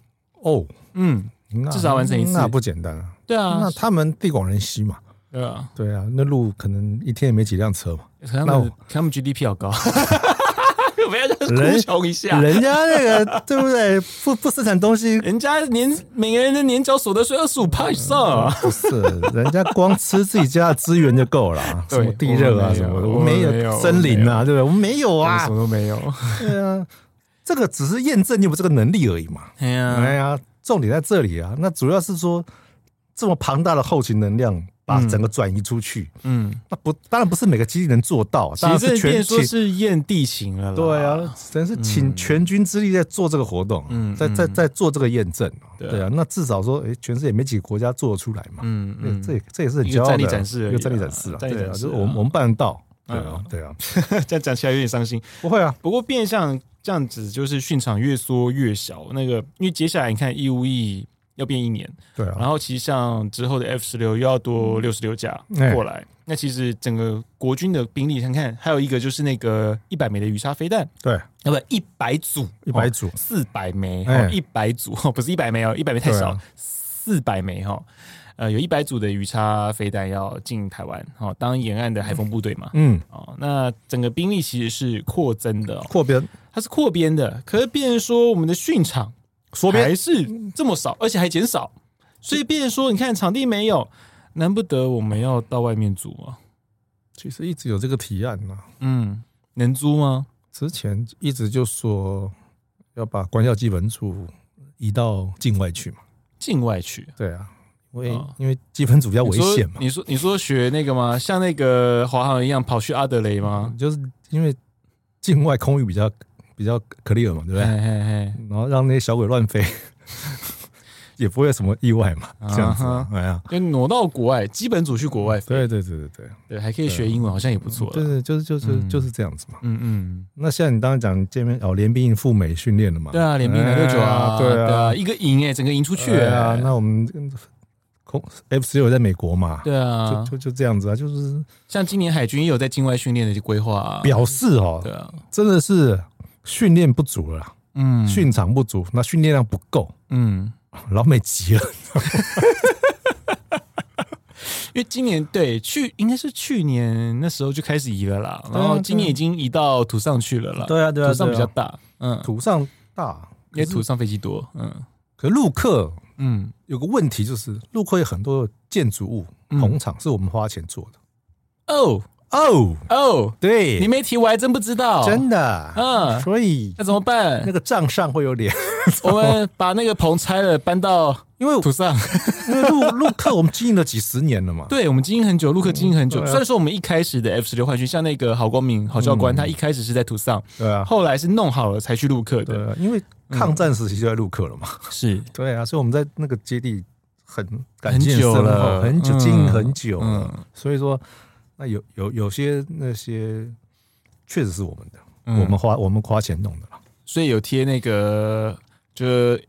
S2: 哦，
S1: 嗯，
S2: 那
S1: 至少完成一次
S2: 那不简单啊。
S1: 对啊
S2: 那，他们地广人稀嘛，
S1: 对啊，
S2: 对啊，那路可能一天也没几辆车嘛。
S1: 可能他
S2: 那
S1: 们
S2: 我
S1: 可能他们 GDP 好高。 (laughs) 不要这样
S2: 人
S1: 哭穷一下，
S2: 人家那个 (laughs) 对不对？不不生产东西
S1: 人家年每个人的年缴所得税二十五趴以上啊、
S2: 不是，人家光吃自己家的资源就够了啊，
S1: 对
S2: 什么地热啊
S1: 我们没有
S2: 什么的，
S1: 我
S2: 我
S1: 们
S2: 没
S1: 没有
S2: 有森林啊，对不对？我们没有
S1: 我
S2: 啊
S1: 嗯什，么都没有。
S2: 对啊，这个只是验证你有没有这个能力而已嘛。
S1: 哎呀，
S2: 哎呀，重点在这里啊，那主要是说这么庞大的后勤能量把整个转移出去，
S1: 嗯，
S2: 那不当然不是每个基地能做到，
S1: 其
S2: 当然
S1: 实
S2: 是
S1: 变
S2: 全
S1: 说
S2: 勤。
S1: 是验地形了啦。
S2: 对啊，真是请全军之力在做这个活动，啊
S1: 嗯
S2: 在在
S1: 嗯
S2: 在做这个验证，
S1: 对啊
S2: 对啊，那至少说，哎，全世界没几个国家做得出来嘛，
S1: 嗯
S2: 对
S1: 嗯，
S2: 这也这也是很
S1: 一个
S2: 骄傲的
S1: 战力展示而已啊
S2: 一个战力展示啊，
S1: 战力
S2: 对啊，
S1: 展
S2: 就
S1: 示
S2: 是
S1: 啊
S2: 我们我们办得到，对
S1: 嗯
S2: 啊，对啊，
S1: (laughs) 这样讲起来有点伤心。
S2: 不会啊，
S1: 不过变相这样子就是训场越缩越小。那个，因为接下来你看义务役要变一年，
S2: 对啊，
S1: 然后其实像之后的 F 十六又要多六十六架
S2: 哎
S1: 过来。那其实整个国军的兵力，想看还有一个就是那个一百枚的鱼叉飞弹，
S2: 对，
S1: 啊不一百组，哦
S2: 一百组
S1: 四百枚，
S2: 哎
S1: 一百组哦，不是一百枚哦，一百枚太
S2: 对
S1: 少
S2: 啊，
S1: 四百枚哈。呃，有一百组的鱼叉飞弹要进台湾，哦，当沿岸的海风部队嘛，
S2: 嗯，
S1: 哦，那整个兵力其实是扩增的、哦，
S2: 扩编
S1: 它是扩编的，可是变成说我们的训场
S2: 缩
S1: 还
S2: 编，
S1: 是这么少，而且还减少，所以变成说，你看场地没有，难不得我们要到外面租啊，
S2: 其实一直有这个提案嘛，
S1: 嗯，能租吗？
S2: 之前一直就说要把官校基本组移到境外去嘛，
S1: 境外去，
S2: 对啊，因为
S1: 啊
S2: 因为基本组比较危险嘛，
S1: 你说你说你说学那个吗？像那个华航一样跑去阿德雷吗？
S2: 嗯就是因为境外空域比较比较 clear 嘛，对不
S1: 嘿
S2: 对？
S1: 嘿嘿，
S2: 然后让那些小鬼乱飞， (laughs) 也不会有什么意外嘛，这样子
S1: 啊
S2: 啊，哎呀。
S1: 就挪到国外，基本组去国外飞，
S2: 对对对对对，
S1: 对，还可以学英文，好像也不错
S2: 对
S1: 了。
S2: 对，就是就是
S1: 嗯
S2: 就是这样子嘛。
S1: 嗯嗯，
S2: 那现在你刚刚讲见面哦，联兵赴美训练了嘛？
S1: 对啊，联兵
S2: 哎
S1: 来六九啊，
S2: 对
S1: 对
S2: 啊，
S1: 啊，一个营哎，整个营出去
S2: 对啊
S1: 哎。
S2: 那我们嗯空 F 十六在美国嘛？
S1: 对啊
S2: 就，就就这样子啊，就是
S1: 像今年海军也有在境外训练的规划啊，
S2: 表示哦，
S1: 对啊，
S2: 真的是训练不足了啦，
S1: 嗯，
S2: 训场不足，那训练量不够，
S1: 嗯，
S2: 老美急了。
S1: 因为今年对去应该是去年那时候就开始移了啦，
S2: 对
S1: 然
S2: 啊
S1: 后今年已经移到土上去了啦，
S2: 对啊对啊
S1: 土上比
S2: 对
S1: 较
S2: 啊
S1: 大，嗯，
S2: 土上大，
S1: 因为土上飞机多，嗯
S2: 可是陆客
S1: 嗯，
S2: 有个问题就是，陆客有很多建筑物
S1: 嗯
S2: 棚场是我们花钱做的
S1: 哦
S2: 哦，
S1: 哦，
S2: 对，哦
S1: 你没提我还真不知道，
S2: 真的，啊
S1: 嗯
S2: 所以
S1: 那怎么办
S2: (laughs) 那？个账上会有脸，
S1: 我们把那个棚拆了，搬到
S2: (laughs) 因为
S1: 土
S2: (laughs)
S1: 上。
S2: 因为陆陆客我们经营了几十年了嘛，
S1: 对，我们经营很久，陆克经营很久。
S2: 对啊
S1: 虽然说我们一开始的 F 十六换训，像那个郝光明、郝教
S2: 嗯
S1: 官，他一开始是在土上，
S2: 对啊，
S1: 后来是弄好了才去陆克
S2: 对嗯
S1: 的。
S2: 啊，因为抗战时期就在陆客了嘛，
S1: 是，
S2: 对啊，所以我们在那个基地很
S1: 很
S2: 感谢
S1: 久
S2: 深厚
S1: 了
S2: 很久
S1: 嗯
S2: 经营很久了，
S1: 嗯
S2: 所以说那有有有些那些确实是我们的，
S1: 嗯
S2: 我们花我们花钱弄的啦，
S1: 所以有贴那个就是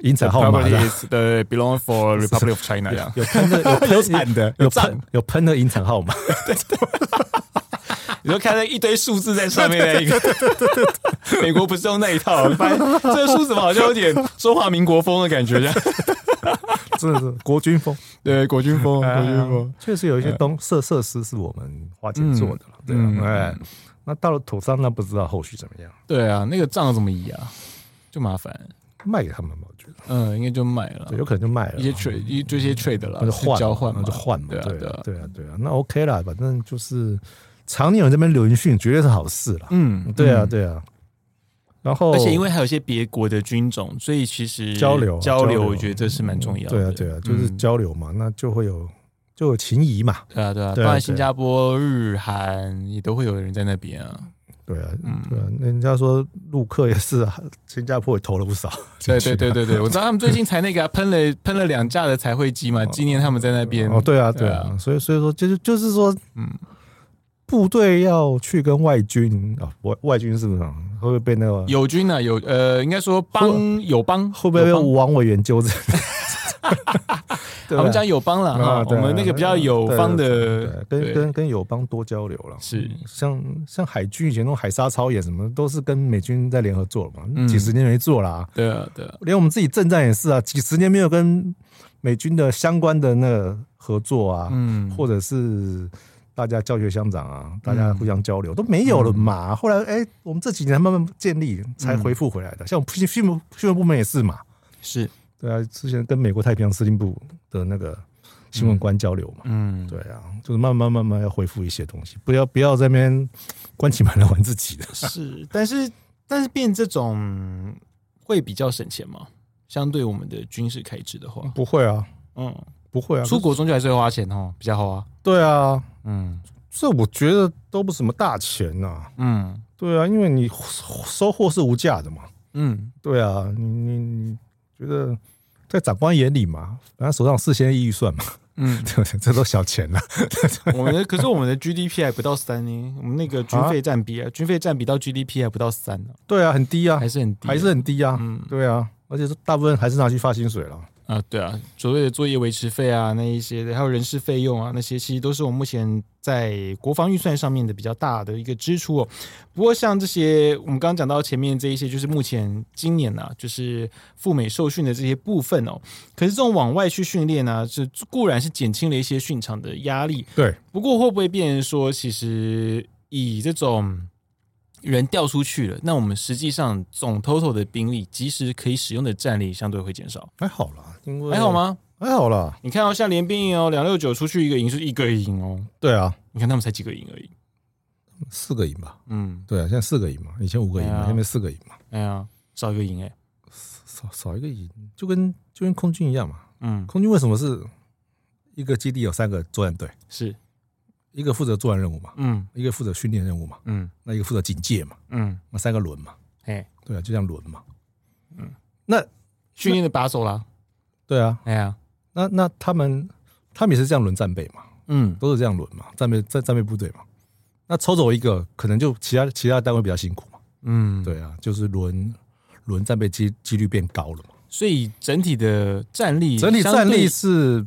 S2: 银彩号码
S1: property
S2: 的。
S1: is the belong for Republic of China
S2: (laughs)
S1: 这样。
S2: 有
S1: (laughs)
S2: 喷的，有喷
S1: 有惨的有
S2: 有
S1: 赞
S2: 喷有喷的银彩号码，
S1: 你就看到一堆数字在上面的一个，美国不是用那一套，发现这个数字好像有点中华民国风的感
S2: (laughs)
S1: 觉，这样。
S2: 真 (laughs) 的是国军风，
S1: 对，国军 (laughs) 风，国军
S2: 哎
S1: 风。
S2: 确实有一些东设设施是我们花钱做的了，对
S1: 嗯
S2: 啊，哎，那到了土葬，那不知道后续怎么样，
S1: 对啊，那个账怎么移啊？就麻烦，
S2: 卖给他们吧，我觉得，
S1: 嗯，应该就卖了
S2: 对，，有可能就卖了，
S1: 一些 trade 一这些 trade 了，
S2: 那就
S1: 去
S2: 换嘛
S1: 交换嘛，
S2: 那就换嘛，
S1: 对啊，
S2: 对
S1: 对
S2: 啊
S1: 啊，，
S2: 对啊，对啊，那 OK 啦，反正就是常年有人这边留言讯，绝对是好事啦。
S1: 嗯，
S2: 对啊，
S1: 嗯，
S2: 对啊。然后，
S1: 而且因为还有一些别国的军种，所以其实
S2: 哦交流啊
S1: 交
S2: 交流
S1: 流，我觉得这是蛮重要
S2: 对啊
S1: 的，，
S2: 对啊，就是
S1: 嗯
S2: 交流嘛，那就会有就有情谊嘛，
S1: 对啊，对啊，
S2: 对
S1: 当
S2: 啊
S1: 然新加坡、日韩也都会有人在那边啊，
S2: 对啊，
S1: 嗯
S2: 对啊，那人家说陆客也是啊， (laughs) 新加坡也投了不少，
S1: 对对对对对，
S2: (laughs)
S1: 我知道他们最近才那个啊、喷了喷了两架的彩绘机嘛，纪念他们在那边。
S2: 哦，对啊，
S1: 对
S2: 对
S1: 啊
S2: 啊，所以所以说就是就是说
S1: 嗯，
S2: 部队要去跟外军啊，外外军是不是啊会不会被那个
S1: 友军啊，有呃，应该说帮友邦
S2: 会不会被
S1: 友邦
S2: 王委员 (laughs) 纠正？对
S1: 我
S2: 啊
S1: 们讲友邦了哈
S2: 啊，
S1: 我
S2: 对啊
S1: 们那个比较友邦的，
S2: 对啊跟
S1: 对
S2: 跟跟友邦多交流了。
S1: 是
S2: 像像海军以前那种海沙操演什么，都是跟美军在联合做了嘛，
S1: 嗯
S2: 几十年没做啦、
S1: 对啊对啊，
S2: 连我们自己政战也是啊，几十年没有跟美军的相关的那个合作啊，
S1: 嗯，
S2: 或者是大家教学相长啊，大家互相交流、都没有了嘛。后来哎，我们这几年慢慢建立才恢复回来的，像我们新新闻新闻部门也是嘛，
S1: 是
S2: 对啊，之前跟美国太平洋司令部的那个新闻官交流嘛，
S1: 嗯
S2: 对啊，就是慢慢慢慢要恢复一些东西，不要不要在那边关起门来玩自己的。
S1: 是，但是但是变这种会比较省钱吗？相对我们的军事开支的话，
S2: 不会啊，
S1: 嗯，
S2: 不会啊，
S1: 出国终究还是会花钱哦，比较好啊，
S2: 对啊，
S1: 嗯
S2: 这我觉得都不是什么大钱呐、
S1: 嗯
S2: 对啊，因为你收获是无价的嘛。
S1: 嗯，
S2: 对啊，你你你觉得在长官眼里嘛，反正手上事先预算嘛，
S1: 嗯，
S2: (laughs) 对不对？这都小钱了。
S1: 我们的可是我们的 GDP 还不到三呢，我们那个军费占比啊，军费占比到 GDP 还不到三呢、
S2: 对啊，很低啊
S1: 还，是很低，
S2: 还是很低啊。
S1: 嗯
S2: 对啊，而且大部分还是拿去发薪水了。
S1: 啊，对啊，所谓的作业维持费啊，那一些的，还有人事费用啊，那些其实都是我目前在国防预算上面的比较大的一个支出哦。不过像这些，我们刚刚讲到前面这一些，就是目前今年呢、啊，就是赴美受训的这些部分哦。可是这种往外去训练呢、是固然是减轻了一些训场的压力，
S2: 对，
S1: 不过会不会变成说，其实以这种人调出去了，那我们实际上总 total 的兵力，即时可以使用的战力相对会减少，
S2: 还好啦，因为
S1: 还好？吗？
S2: 还好啦。
S1: 你看哦，像连兵营哦，两六九出去一个营是一个营哦，
S2: 对啊，
S1: 你看他们才几个营而已。
S2: 四个营吧。
S1: 嗯，
S2: 对啊，现在四个营嘛，以前五个营
S1: 对啊
S2: 嘛，现在四个营嘛，
S1: 哎呀，少一个营哎，
S2: 少少一个营，就跟就跟空军一样嘛。
S1: 嗯，
S2: 空军为什么是一个基地有三个作战队，
S1: 是，
S2: 一个负责作战任务嘛，
S1: 嗯
S2: 一个负责训练任务嘛，
S1: 嗯
S2: 那一个负责警戒嘛，
S1: 嗯，
S2: 那三个轮嘛，
S1: 哎，
S2: 对啊，就这样轮嘛。
S1: 嗯
S2: 那
S1: 训练的把手啦，
S2: 对啊，
S1: 哎呀，
S2: 那那他们他们也是这样轮战备嘛，
S1: 嗯，
S2: 都是这样轮嘛，战备战战备部队嘛。那抽走一个，可能就其他其他单位比较辛苦嘛。
S1: 嗯，，
S2: 对啊，就是轮轮战备机几率变高了嘛。
S1: 所以整体的战力，
S2: 整体战力，是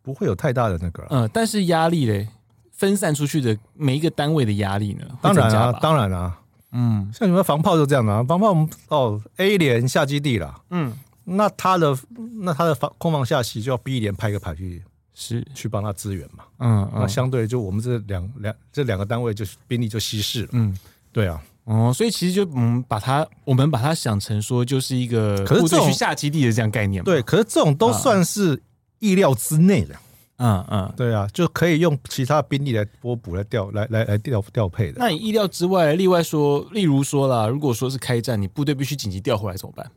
S2: 不会有太大的那个啦。
S1: 嗯，但是压力嘞，分散出去的每一个单位的压力呢，会
S2: 当然
S1: 增加
S2: 啊，
S1: 吧，
S2: 当然啊，
S1: 嗯
S2: 像你们防炮就这样啊，防炮我们哦 A 连下基地啦，
S1: 嗯，
S2: 那他的那他的防空防下棋就要 B 连派一个排去
S1: 是，
S2: 去帮他支援嘛，
S1: 嗯
S2: 那
S1: 嗯
S2: 啊相对就我们这两两这两个单位就兵力就稀释了，
S1: 嗯。
S2: 对啊，
S1: 哦，所以其实就我们把它，我们把它想成说，就是一个
S2: 可是
S1: 部队
S2: 这种
S1: 去下基地的这样概念嘛。
S2: 对，，可是这种都
S1: 啊
S2: 算是意料之内的，
S1: 嗯嗯，
S2: 对啊，就可以用其他兵力来拨补来调来来来调调配的，
S1: 那你意料之外，例外说，例如说啦，如果说是开战，你部队必须紧急调回来怎么办？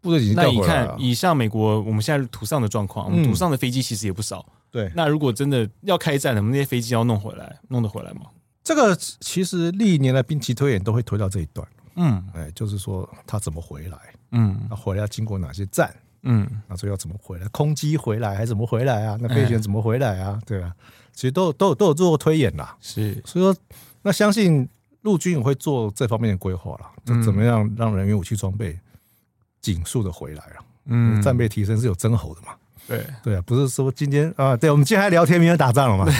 S2: 部队已经
S1: 那
S2: 调
S1: 你
S2: 回来
S1: 看
S2: 了，，
S1: 以像美国我们现在土上的状况，我们
S2: 嗯
S1: 土上的飞机其实也不少。
S2: 对，
S1: 那如果真的要开战，我们那些飞机要弄回来，弄得回来吗？
S2: 这个其实历年的兵棋推演都会推到这一段，
S1: 嗯
S2: 哎，就是说他怎么回来，
S1: 嗯
S2: 他回来要经过哪些站。
S1: 嗯，
S2: 那最后怎么回来？空机回来还是怎么回来啊？那飞行员怎么回来啊？对吧、其实都有都有都有做过推演啦，
S1: 是
S2: 所以说那相信陆军也会做这方面的规划啦，就怎么样让人员武器装备紧速的回来啊？
S1: 嗯
S2: 战备提升是有增吼的嘛？
S1: 对，
S2: 对啊，不是说今天啊，对我们今天还聊天，明天打仗了 (laughs) 嘛？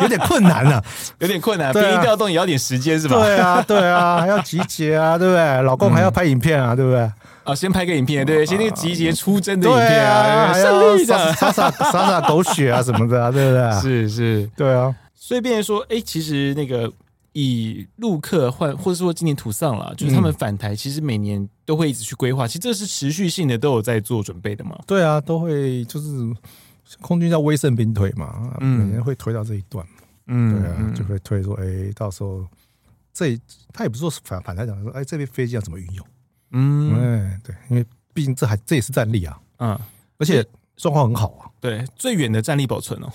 S2: 有点困难了、
S1: 有点困难，兵
S2: 对啊
S1: 力调动也要点时间是吧？
S2: (laughs) 对啊，对啊，还要集结啊，对不对？老公还要拍影片啊，对不对？
S1: 啊，先拍个影片，对，先那个集结出征的影
S2: 对
S1: 片
S2: 啊，还
S1: 胜
S2: 要
S1: 利
S2: 撒
S1: 的，
S2: 撒撒 (laughs) 撒撒狗血啊什么的啊，对不对？
S1: 是是，
S2: 对啊。
S1: 所以变成说，哎、其实那个以陆客换，或者说今年土丧啦，就是他们返台，其实每年都会一直去规划，其实这是持续性的都有在做准备的嘛。
S2: 对啊，都会就是空军叫威胜兵推嘛，
S1: 嗯
S2: 每年会推到这一段，
S1: 嗯，
S2: 对啊，就会推说，哎，到时候这他也不是说反反来讲说，哎，这边飞机要怎么运用？
S1: 嗯
S2: 哎，对，因为毕竟这还这也是战力啊，
S1: 嗯，
S2: 而且状况很好啊。
S1: 对，最远的战力保 (laughs) 存哦，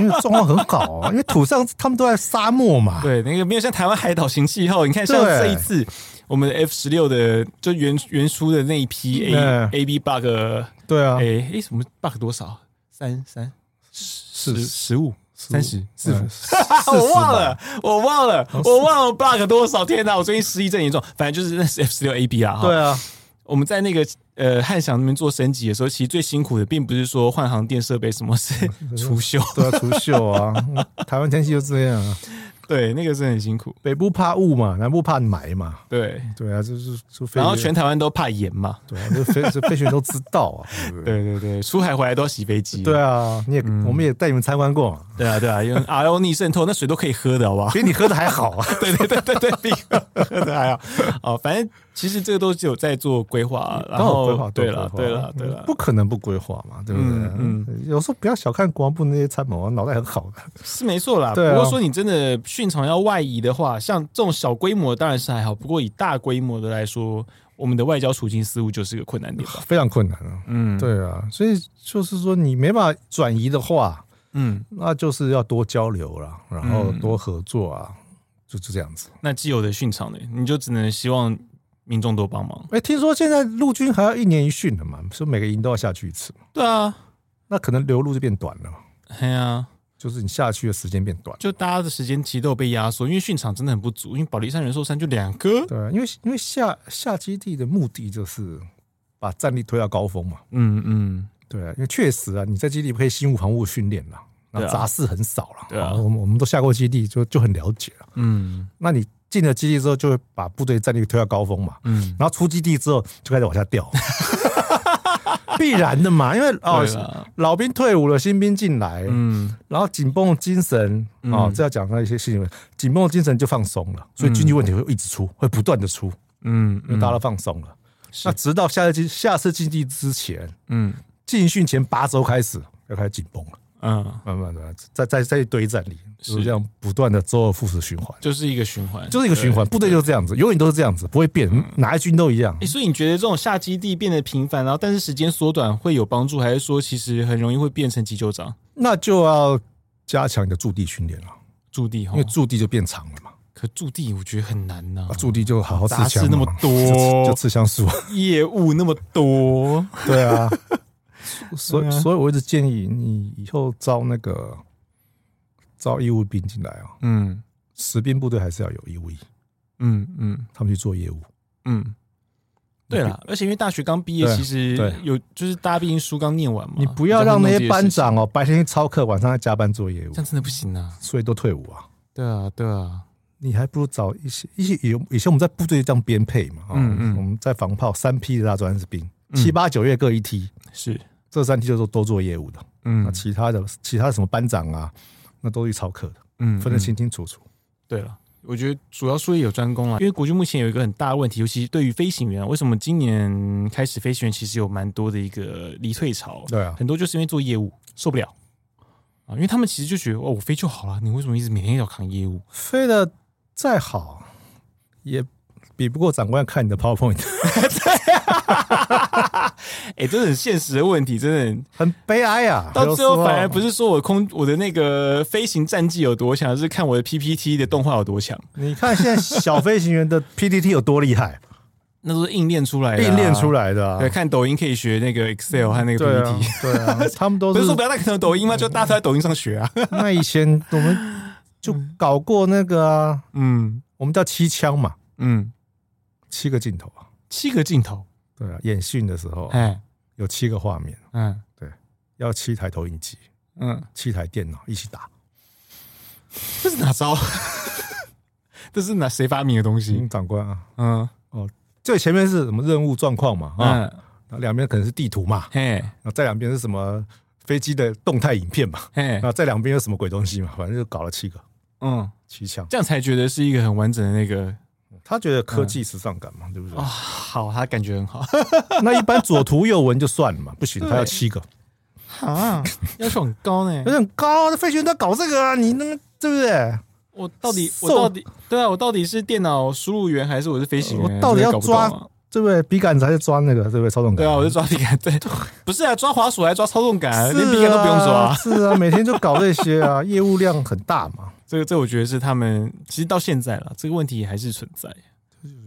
S2: 因为状况很好啊，因 (laughs) 为土上他们都在沙漠嘛，
S1: 对，那个没有像台湾海岛型气候，你看像
S2: 对
S1: 这一次我们的 F 十六的，就原原初的那一批 A、
S2: 嗯
S1: A B bug，哎、
S2: 对啊，
S1: 哎什么 bug 多少？三三
S2: 是
S1: 十十五三十四
S2: 嗯
S1: 五。
S2: 四
S1: (laughs) 我忘了，我忘了，我忘了 bug 多少？天哪，我最近失忆症严重。反正就是那是 F 十六 AB 啦。哈
S2: 对，啊，
S1: 我们在那个呃汉翔那边做升级的时候，其实最辛苦的并不是说换航电设备，什么是除锈。
S2: 对啊，除锈啊， (laughs) 嗯台湾天气就这样啊，
S1: 对，那个是很辛苦。
S2: 北部怕雾嘛，南部怕霾嘛，
S1: 对，
S2: 对啊，就是就飞，
S1: 然后全台湾都怕盐嘛。
S2: 对啊，就飞就飞行员都知道啊，
S1: (laughs)
S2: 对不对？
S1: 对对对，出海回来都要洗飞机。
S2: 对啊，你也
S1: 嗯
S2: 我们也带你们参观过嘛，
S1: 对啊对啊，因为 RO 逆渗透，那水都可以喝的，好不好？
S2: 比你喝的还好啊，
S1: 对对对对对，比喝的还好。哦，反正其实这个都是有在做规划， (laughs) 然
S2: 刚好规
S1: 后
S2: 划，
S1: 对
S2: 了
S1: 了对了对了，
S2: 不可能不规划嘛，对不对？
S1: 嗯
S2: 嗯，有时候不要小看国防部那些参谋啊，脑袋很好的，
S1: 是没错啦。
S2: 对啊
S1: 不过说你真的训场要外移的话，像这种小规模当然是还好，不过以大规模的来说，我们的外交处境似乎就是个困难点吧。
S2: 非常困难啊。
S1: 嗯，，
S2: 对啊，所以就是说你没办法转移的话，
S1: 嗯，
S2: 那就是要多交流啦，然后
S1: 嗯
S2: 多合作啊，就就这样子。
S1: 那既有的训场呢，你就只能希望民众多帮忙。
S2: 哎，听说现在陆军还要一年一训的嘛，所以每个营都要下去一次嘛，
S1: 对啊，
S2: 那可能流入就变短了，
S1: 嘿啊。
S2: 就是你下去的时间变短。
S1: 就大家的时间其实都有被压缩，因为训场真的很不足，因为保利山人寿山就两个，
S2: 对啊，因为因为下下基地的目的就是把战力推到高峰嘛。
S1: 嗯嗯，
S2: 对啊，因为确实啊，你在基地可以心无旁骛训练啦，
S1: 对啊
S2: 那杂事很少啦。
S1: 对啊
S2: 好我们我们都下过基地就，就很了解了。
S1: 嗯
S2: 那你进了基地之后，就会把部队战力推到高峰嘛。
S1: 嗯，
S2: 然后出基地之后就开始往下掉， (laughs) 必然的嘛，因为哦
S1: 对，啦
S2: 老兵退伍了，新兵进来，
S1: 嗯
S2: 然后紧绷精神哦
S1: 嗯，
S2: 这要讲到一些事情，紧绷精神就放松了，所以经济问题会一直出，会不断的出，
S1: 嗯，
S2: 因为大家都放松了。
S1: 是
S2: 那直到下次进下次进地之前，
S1: 嗯
S2: 进训前八周开始要开始紧绷了，
S1: 嗯，
S2: 慢慢的再再再一堆战力，就是这样不断的周而复始循环，
S1: 就是一个循环，
S2: 就是一个循环，部队就是这样子，永远都是这样子，不会变，哪一军都一样
S1: 嗯诶。所以你觉得这种下基地变得频繁，然后但是时间缩短会有帮助，还是说其实很容易会变成急救长
S2: 那就要加强你的驻地训练了，
S1: 驻地哈
S2: 因为？驻地就变长了嘛，
S1: 可驻地我觉得很难呐、
S2: 啊驻地就好好吃
S1: 杂
S2: 枪
S1: 事
S2: 嘛，
S1: 那么
S2: 就就
S1: 多，
S2: 吃香
S1: (laughs)
S2: 素，
S1: 业务那么多，
S2: 对啊， (laughs) 所以
S1: 对啊
S2: 所以我一直建议你以后招那个招义务兵进来啊，
S1: (laughs) 嗯
S2: 实兵部队还是要有义务役，
S1: 嗯嗯
S2: 他们去做业务，
S1: 嗯。对啦，而且因为大学刚毕业，
S2: 对
S1: 其实
S2: 对
S1: 有就是大家毕竟书刚念完嘛，
S2: 啊你不要让那
S1: 比较会
S2: 些班
S1: 弄这事情
S2: 长哦白天去操课，晚上在加班做业务
S1: 这，样真的不行啊！
S2: 所以都退伍啊。
S1: 对啊，对啊，
S2: 你还不如找一些一些有以前我们在部队这样编配嘛，啊、
S1: 嗯嗯
S2: 我们在防炮三批的大专士兵，
S1: 嗯
S2: 七八九月各一梯，
S1: 是，
S2: 这三梯就是都做业务的，那
S1: 嗯
S2: 其他的其他什么班长啊，那都去操课的，
S1: 嗯
S2: 分得。清清楚楚。
S1: 对了，我觉得主要术业有专攻啦，因为国军目前有一个很大的问题，尤其对于飞行员啊，为什么今年开始飞行员其实有蛮多的一个离退潮，
S2: 对啊，
S1: 很多就是因为做业务受不了啊，因为他们其实就觉得哦，我飞就好了，你为什么一直每天要扛业务？
S2: 飞的再好，也比不过长官看你的 PowerPoint，
S1: 哎，这是很现实的问题，真的很
S2: 很悲哀啊。
S1: 到最后反而不
S2: 是
S1: 是说我空我的那个飞行战绩有多强，而是看我的 PPT 的动画有多强，
S2: 你看现在小飞行员的 PPT 有多厉害，
S1: 那都是硬练出来的、
S2: 并练出
S1: 来。
S2: 来的、啊。
S1: 对，看抖音可以学那个 Excel 和那个
S2: 对啊
S1: PPT。，
S2: 对啊，他们都
S1: 不
S2: 是
S1: 是说不要再看抖音吗？就大家都在抖音上学啊。 (laughs)
S2: 那以前我们就搞过那个啊，
S1: 嗯
S2: 我们叫七枪嘛，
S1: 嗯，
S2: 七个镜头啊。
S1: 七个镜头，
S2: 对啊，演训的时候
S1: 哎
S2: 有七个画面，
S1: 嗯
S2: 要七台投影机、
S1: 嗯，
S2: 七台电脑一起打。
S1: 这是哪招？ (laughs) 这是哪谁发明的东西？
S2: 嗯，长官啊，
S1: 嗯
S2: 最前面是什么任务状况嘛？啊，
S1: 嗯，
S2: 然后两边可能是地图嘛，
S1: 嘿
S2: 然后在两边是什么飞机的动态影片嘛，
S1: 嘿哎呃
S2: 然，后在两边有什么鬼东西嘛，反正就搞了七个。
S1: 嗯，
S2: 七枪。
S1: 这样才觉得是一个很完整的那个
S2: 他觉得科技时尚感嘛，对不对
S1: 啊、？好，他感觉很好 (laughs)
S2: 那一般左图右文就算了嘛，不行，
S1: 对
S2: 他要七个，
S1: 啊， (laughs) 要求很高呢
S2: 有。点高。那费雪在搞这个啊，你那个对不对？
S1: 我到底我
S2: 瘦
S1: 到底对啊，我到底是电脑输入员还是我是飞行员？
S2: 我到底要
S1: 这个搞不懂啊
S2: 抓对不对？笔杆子还是抓那个，对不对？操纵杆。
S1: 对啊，我就抓笔杆，对，不是啊，抓滑鼠还抓操纵杆啊，
S2: 是
S1: 连笔杆都不用抓
S2: 啊。。是啊，每天就搞这
S1: (laughs)
S2: 些啊，业务量很大嘛，
S1: 这个这我觉得是他们其实到现在了，这个问题还是存在，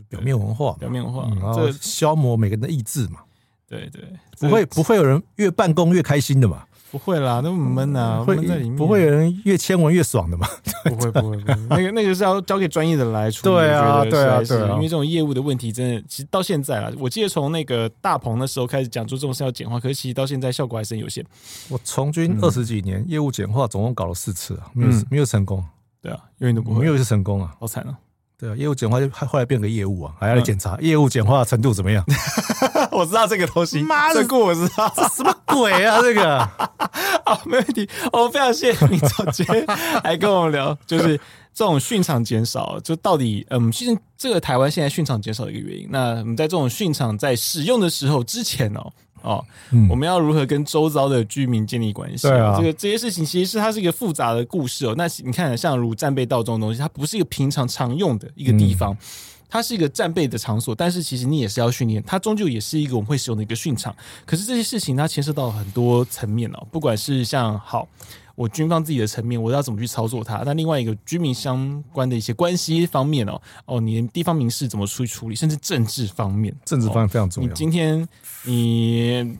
S2: 表面文化嘛，
S1: 表面化
S2: 嗯，然
S1: 这
S2: 后
S1: 个
S2: 消磨每个人的意志嘛，
S1: 对对，这
S2: 不
S1: 个
S2: 会不会有人越办公越开心的嘛，
S1: 不会啦，那么闷啊，
S2: 会
S1: 闷在里面
S2: 不会有人越签文越爽的嘛？
S1: (laughs) 不会不会，不会那个那个是要交给专业的来处理。
S2: 对啊
S1: 我觉得
S2: 对啊
S1: 实在是
S2: 对啊
S1: 因为这种业务的问题，真的其实到现在啊，我记得从那个大鹏那时候开始讲出这种事要简化，可是其实到现在效果还是很有限。
S2: 我从军二十几年，业务简化总共搞了四次啊，没有
S1: 嗯
S2: 没有成功，
S1: 对啊，永远都不
S2: 没
S1: 会，
S2: 有一次成功啊。
S1: 好惨哦！
S2: 对啊，业务简化就还后来变个业务啊，还要来检查业务简化程度怎么 (laughs) 样？
S1: 我知道这个东西，
S2: 妈的
S1: 这个我知道。
S2: 这什么鬼啊？这 (laughs) 个
S1: (laughs) 好，哦没问题。我、非常谢谢你总监来跟我们聊，就是这种训场减少，就到底嗯，其实这个台湾现在训场减少的一个原因。那我们在这种训场在使用的时候之前哦。哦，
S2: 嗯
S1: 我们要如何跟周遭的居民建立关系？
S2: 对啊
S1: 这个这些事情其实是它是一个复杂的故事哦。那你看，像如战备道这种东西，它不是一个平常常用的一个
S2: 嗯
S1: 地方，它是一个战备的场所，但是其实你也是要训练，它终究也是一个我们会使用的一个训场。可是这些事情它牵涉到很多层面哦，不管是像好。我军方自己的层面，我要怎么去操作它？那另外一个居民相关的一些关系方面哦，哦，你的地方民事怎么去处理，甚至政治方面，
S2: 政治方面非啊常重
S1: 你
S2: 要。
S1: 今天你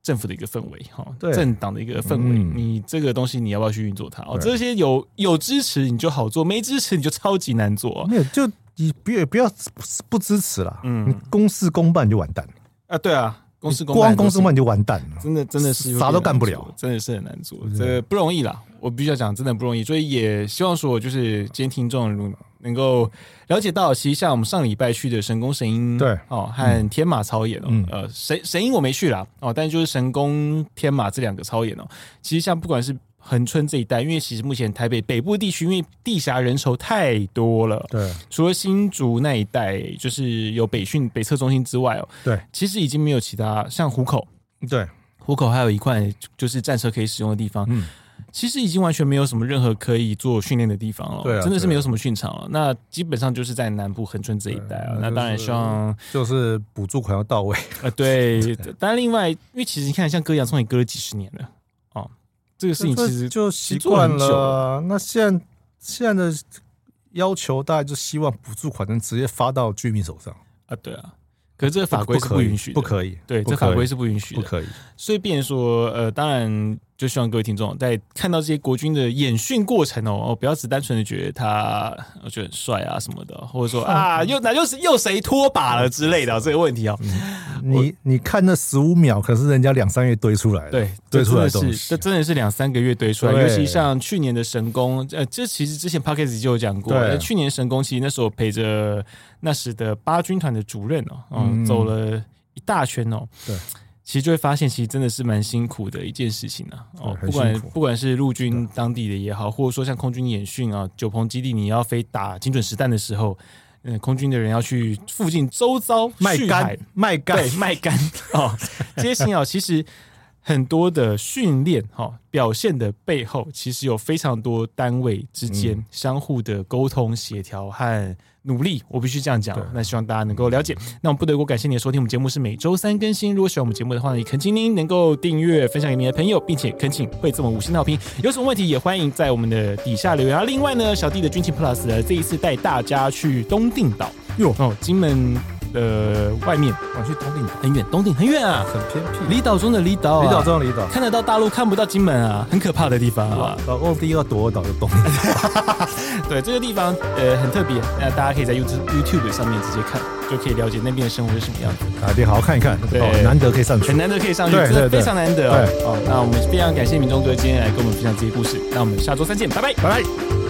S1: 政府的一个氛围哈，
S2: 对
S1: 政党的一个氛围，
S2: 嗯
S1: 你这个东西你要不要去运作它？哦，
S2: 对
S1: 这些有有支持你就好做，没支持你就超级难做
S2: 没有，就你不要不要不支持啦。
S1: 嗯
S2: 你公事公办就完蛋了，
S1: 啊！对啊，公司公办
S2: 光公事
S1: 都
S2: 公
S1: 是
S2: 办就完蛋了。
S1: 真的真的是有点
S2: 啥都干不
S1: 难做
S2: 了，
S1: 真的是很难做，
S2: 对
S1: 这个不容易啦。我必须要讲，真的不容易，所以也希望说，就是今天听众如能够了解到，其实像我们上礼拜去的神宫神鹰，
S2: 对
S1: 哦，和天马操演哦，
S2: 嗯
S1: 呃，神神鹰我没去啦，哦，但是就是神宫天马这两个操演哦，其实像不管是恒春这一带，因为其实目前台北北部地区，因为地狭人稠太多了，
S2: 对
S1: 除了新竹那一带就是有北训北测中心之外哦，
S2: 对
S1: 其实已经没有其他像虎口。
S2: 对，
S1: 虎口还有一块就是战车可以使用的地方，
S2: 嗯
S1: 其实已经完全没有什么任何可以做训练的地方了，
S2: 对啊
S1: 真的是
S2: 对啊
S1: 没有什么训场了。那基本上就是在南部恒春这一带啊，
S2: 对
S1: 那当然
S2: 嗯就是
S1: 希望
S2: 就是补助款要到位。
S1: 呃对，当然另外，因为其实你看，像割洋葱也割了几十年了哦，这个事情其实
S2: 就
S1: 其
S2: 习
S1: 实做了
S2: 惯
S1: 很久
S2: 了。那现在现在的要求，大家就希望补助款能直接发到居民手上，
S1: 啊对啊，可是这个法规是
S2: 不可以
S1: 允许的，
S2: 不可以，
S1: 对，
S2: 不
S1: 这
S2: 可以
S1: 法规是不允许
S2: 不
S1: 的。
S2: 可以。
S1: 所以，变成说，呃，当然，就希望各位听众在看到这些国军的演训过程哦，哦，不要只单纯的觉得他我觉得很帅啊什么的，或者说啊，又哪又是又谁拖把了之类的、这个问题哦，
S2: 你你看那十五秒，可是人家两三月堆出来的，
S1: 对，
S2: 堆出来的
S1: 这真
S2: 东
S1: 的是这
S2: 西。
S1: 真的是两三个月堆出来，
S2: 对
S1: 尤其像去年的神功，呃，这其实之前 p o c k e t 就有讲过，
S2: 对
S1: 呃去年神功其实那时候陪着那时的八军团的主任哦，嗯，
S2: 嗯
S1: 走了一大圈哦，
S2: 对。
S1: 其实就会发现，其实真的是蛮辛苦的一件事情啊。哦，
S2: 对
S1: 不
S2: 很
S1: 管
S2: 辛苦
S1: 不管是陆军当地的也好，或者说像空军演训啊，九鹏基地你要飞打精准实弹的时候，嗯，空军的人要去附近周遭
S2: 卖
S1: 续海
S2: 干卖干
S1: 对，，卖干 (laughs) 哦，这些信号其实很多的训练哈、哦、表现的背后，其实有非常多单位之间相互的沟通、协调和努力。我必须这样讲
S2: 对，
S1: 那希望大家能够了解。那我们不得不感谢你的收听，我们节目是每周三更新。如果喜欢我们节目的话呢，也恳请您能够订阅、分享给你的朋友，并且恳请会这么五星好评。有什么问题也欢迎在我们的底下留言。啊，另外呢，小弟的军情 Plus 呢，啊这一次带大家去东定岛
S2: 哟，
S1: 哦，金门的外面。
S2: 我去东定岛
S1: 很远，东顶很远啊，
S2: 很偏僻，哦
S1: 离岛中的离岛、啊，
S2: 离岛中的离岛，
S1: 看得到大陆，看不到金门啊，很可怕的地方啊
S2: 哇。，哦，第一个躲岛就东定岛， (laughs)
S1: 对，这个地方呃很特别，那大家可以在 YouTube 呃 YouTube 上面直接看，就可以了解那边的生活是什么样子，
S2: 哪啊天好好看一看，
S1: 对
S2: 哦难得可以上去
S1: 很。难得可以上去，
S2: 对
S1: 真的
S2: 对对
S1: 非常难得、
S2: 对
S1: 哦。哦，那我们非常感谢民众哥今天来跟我们分享这些故事，那我们下周三见，拜拜。
S2: 拜拜。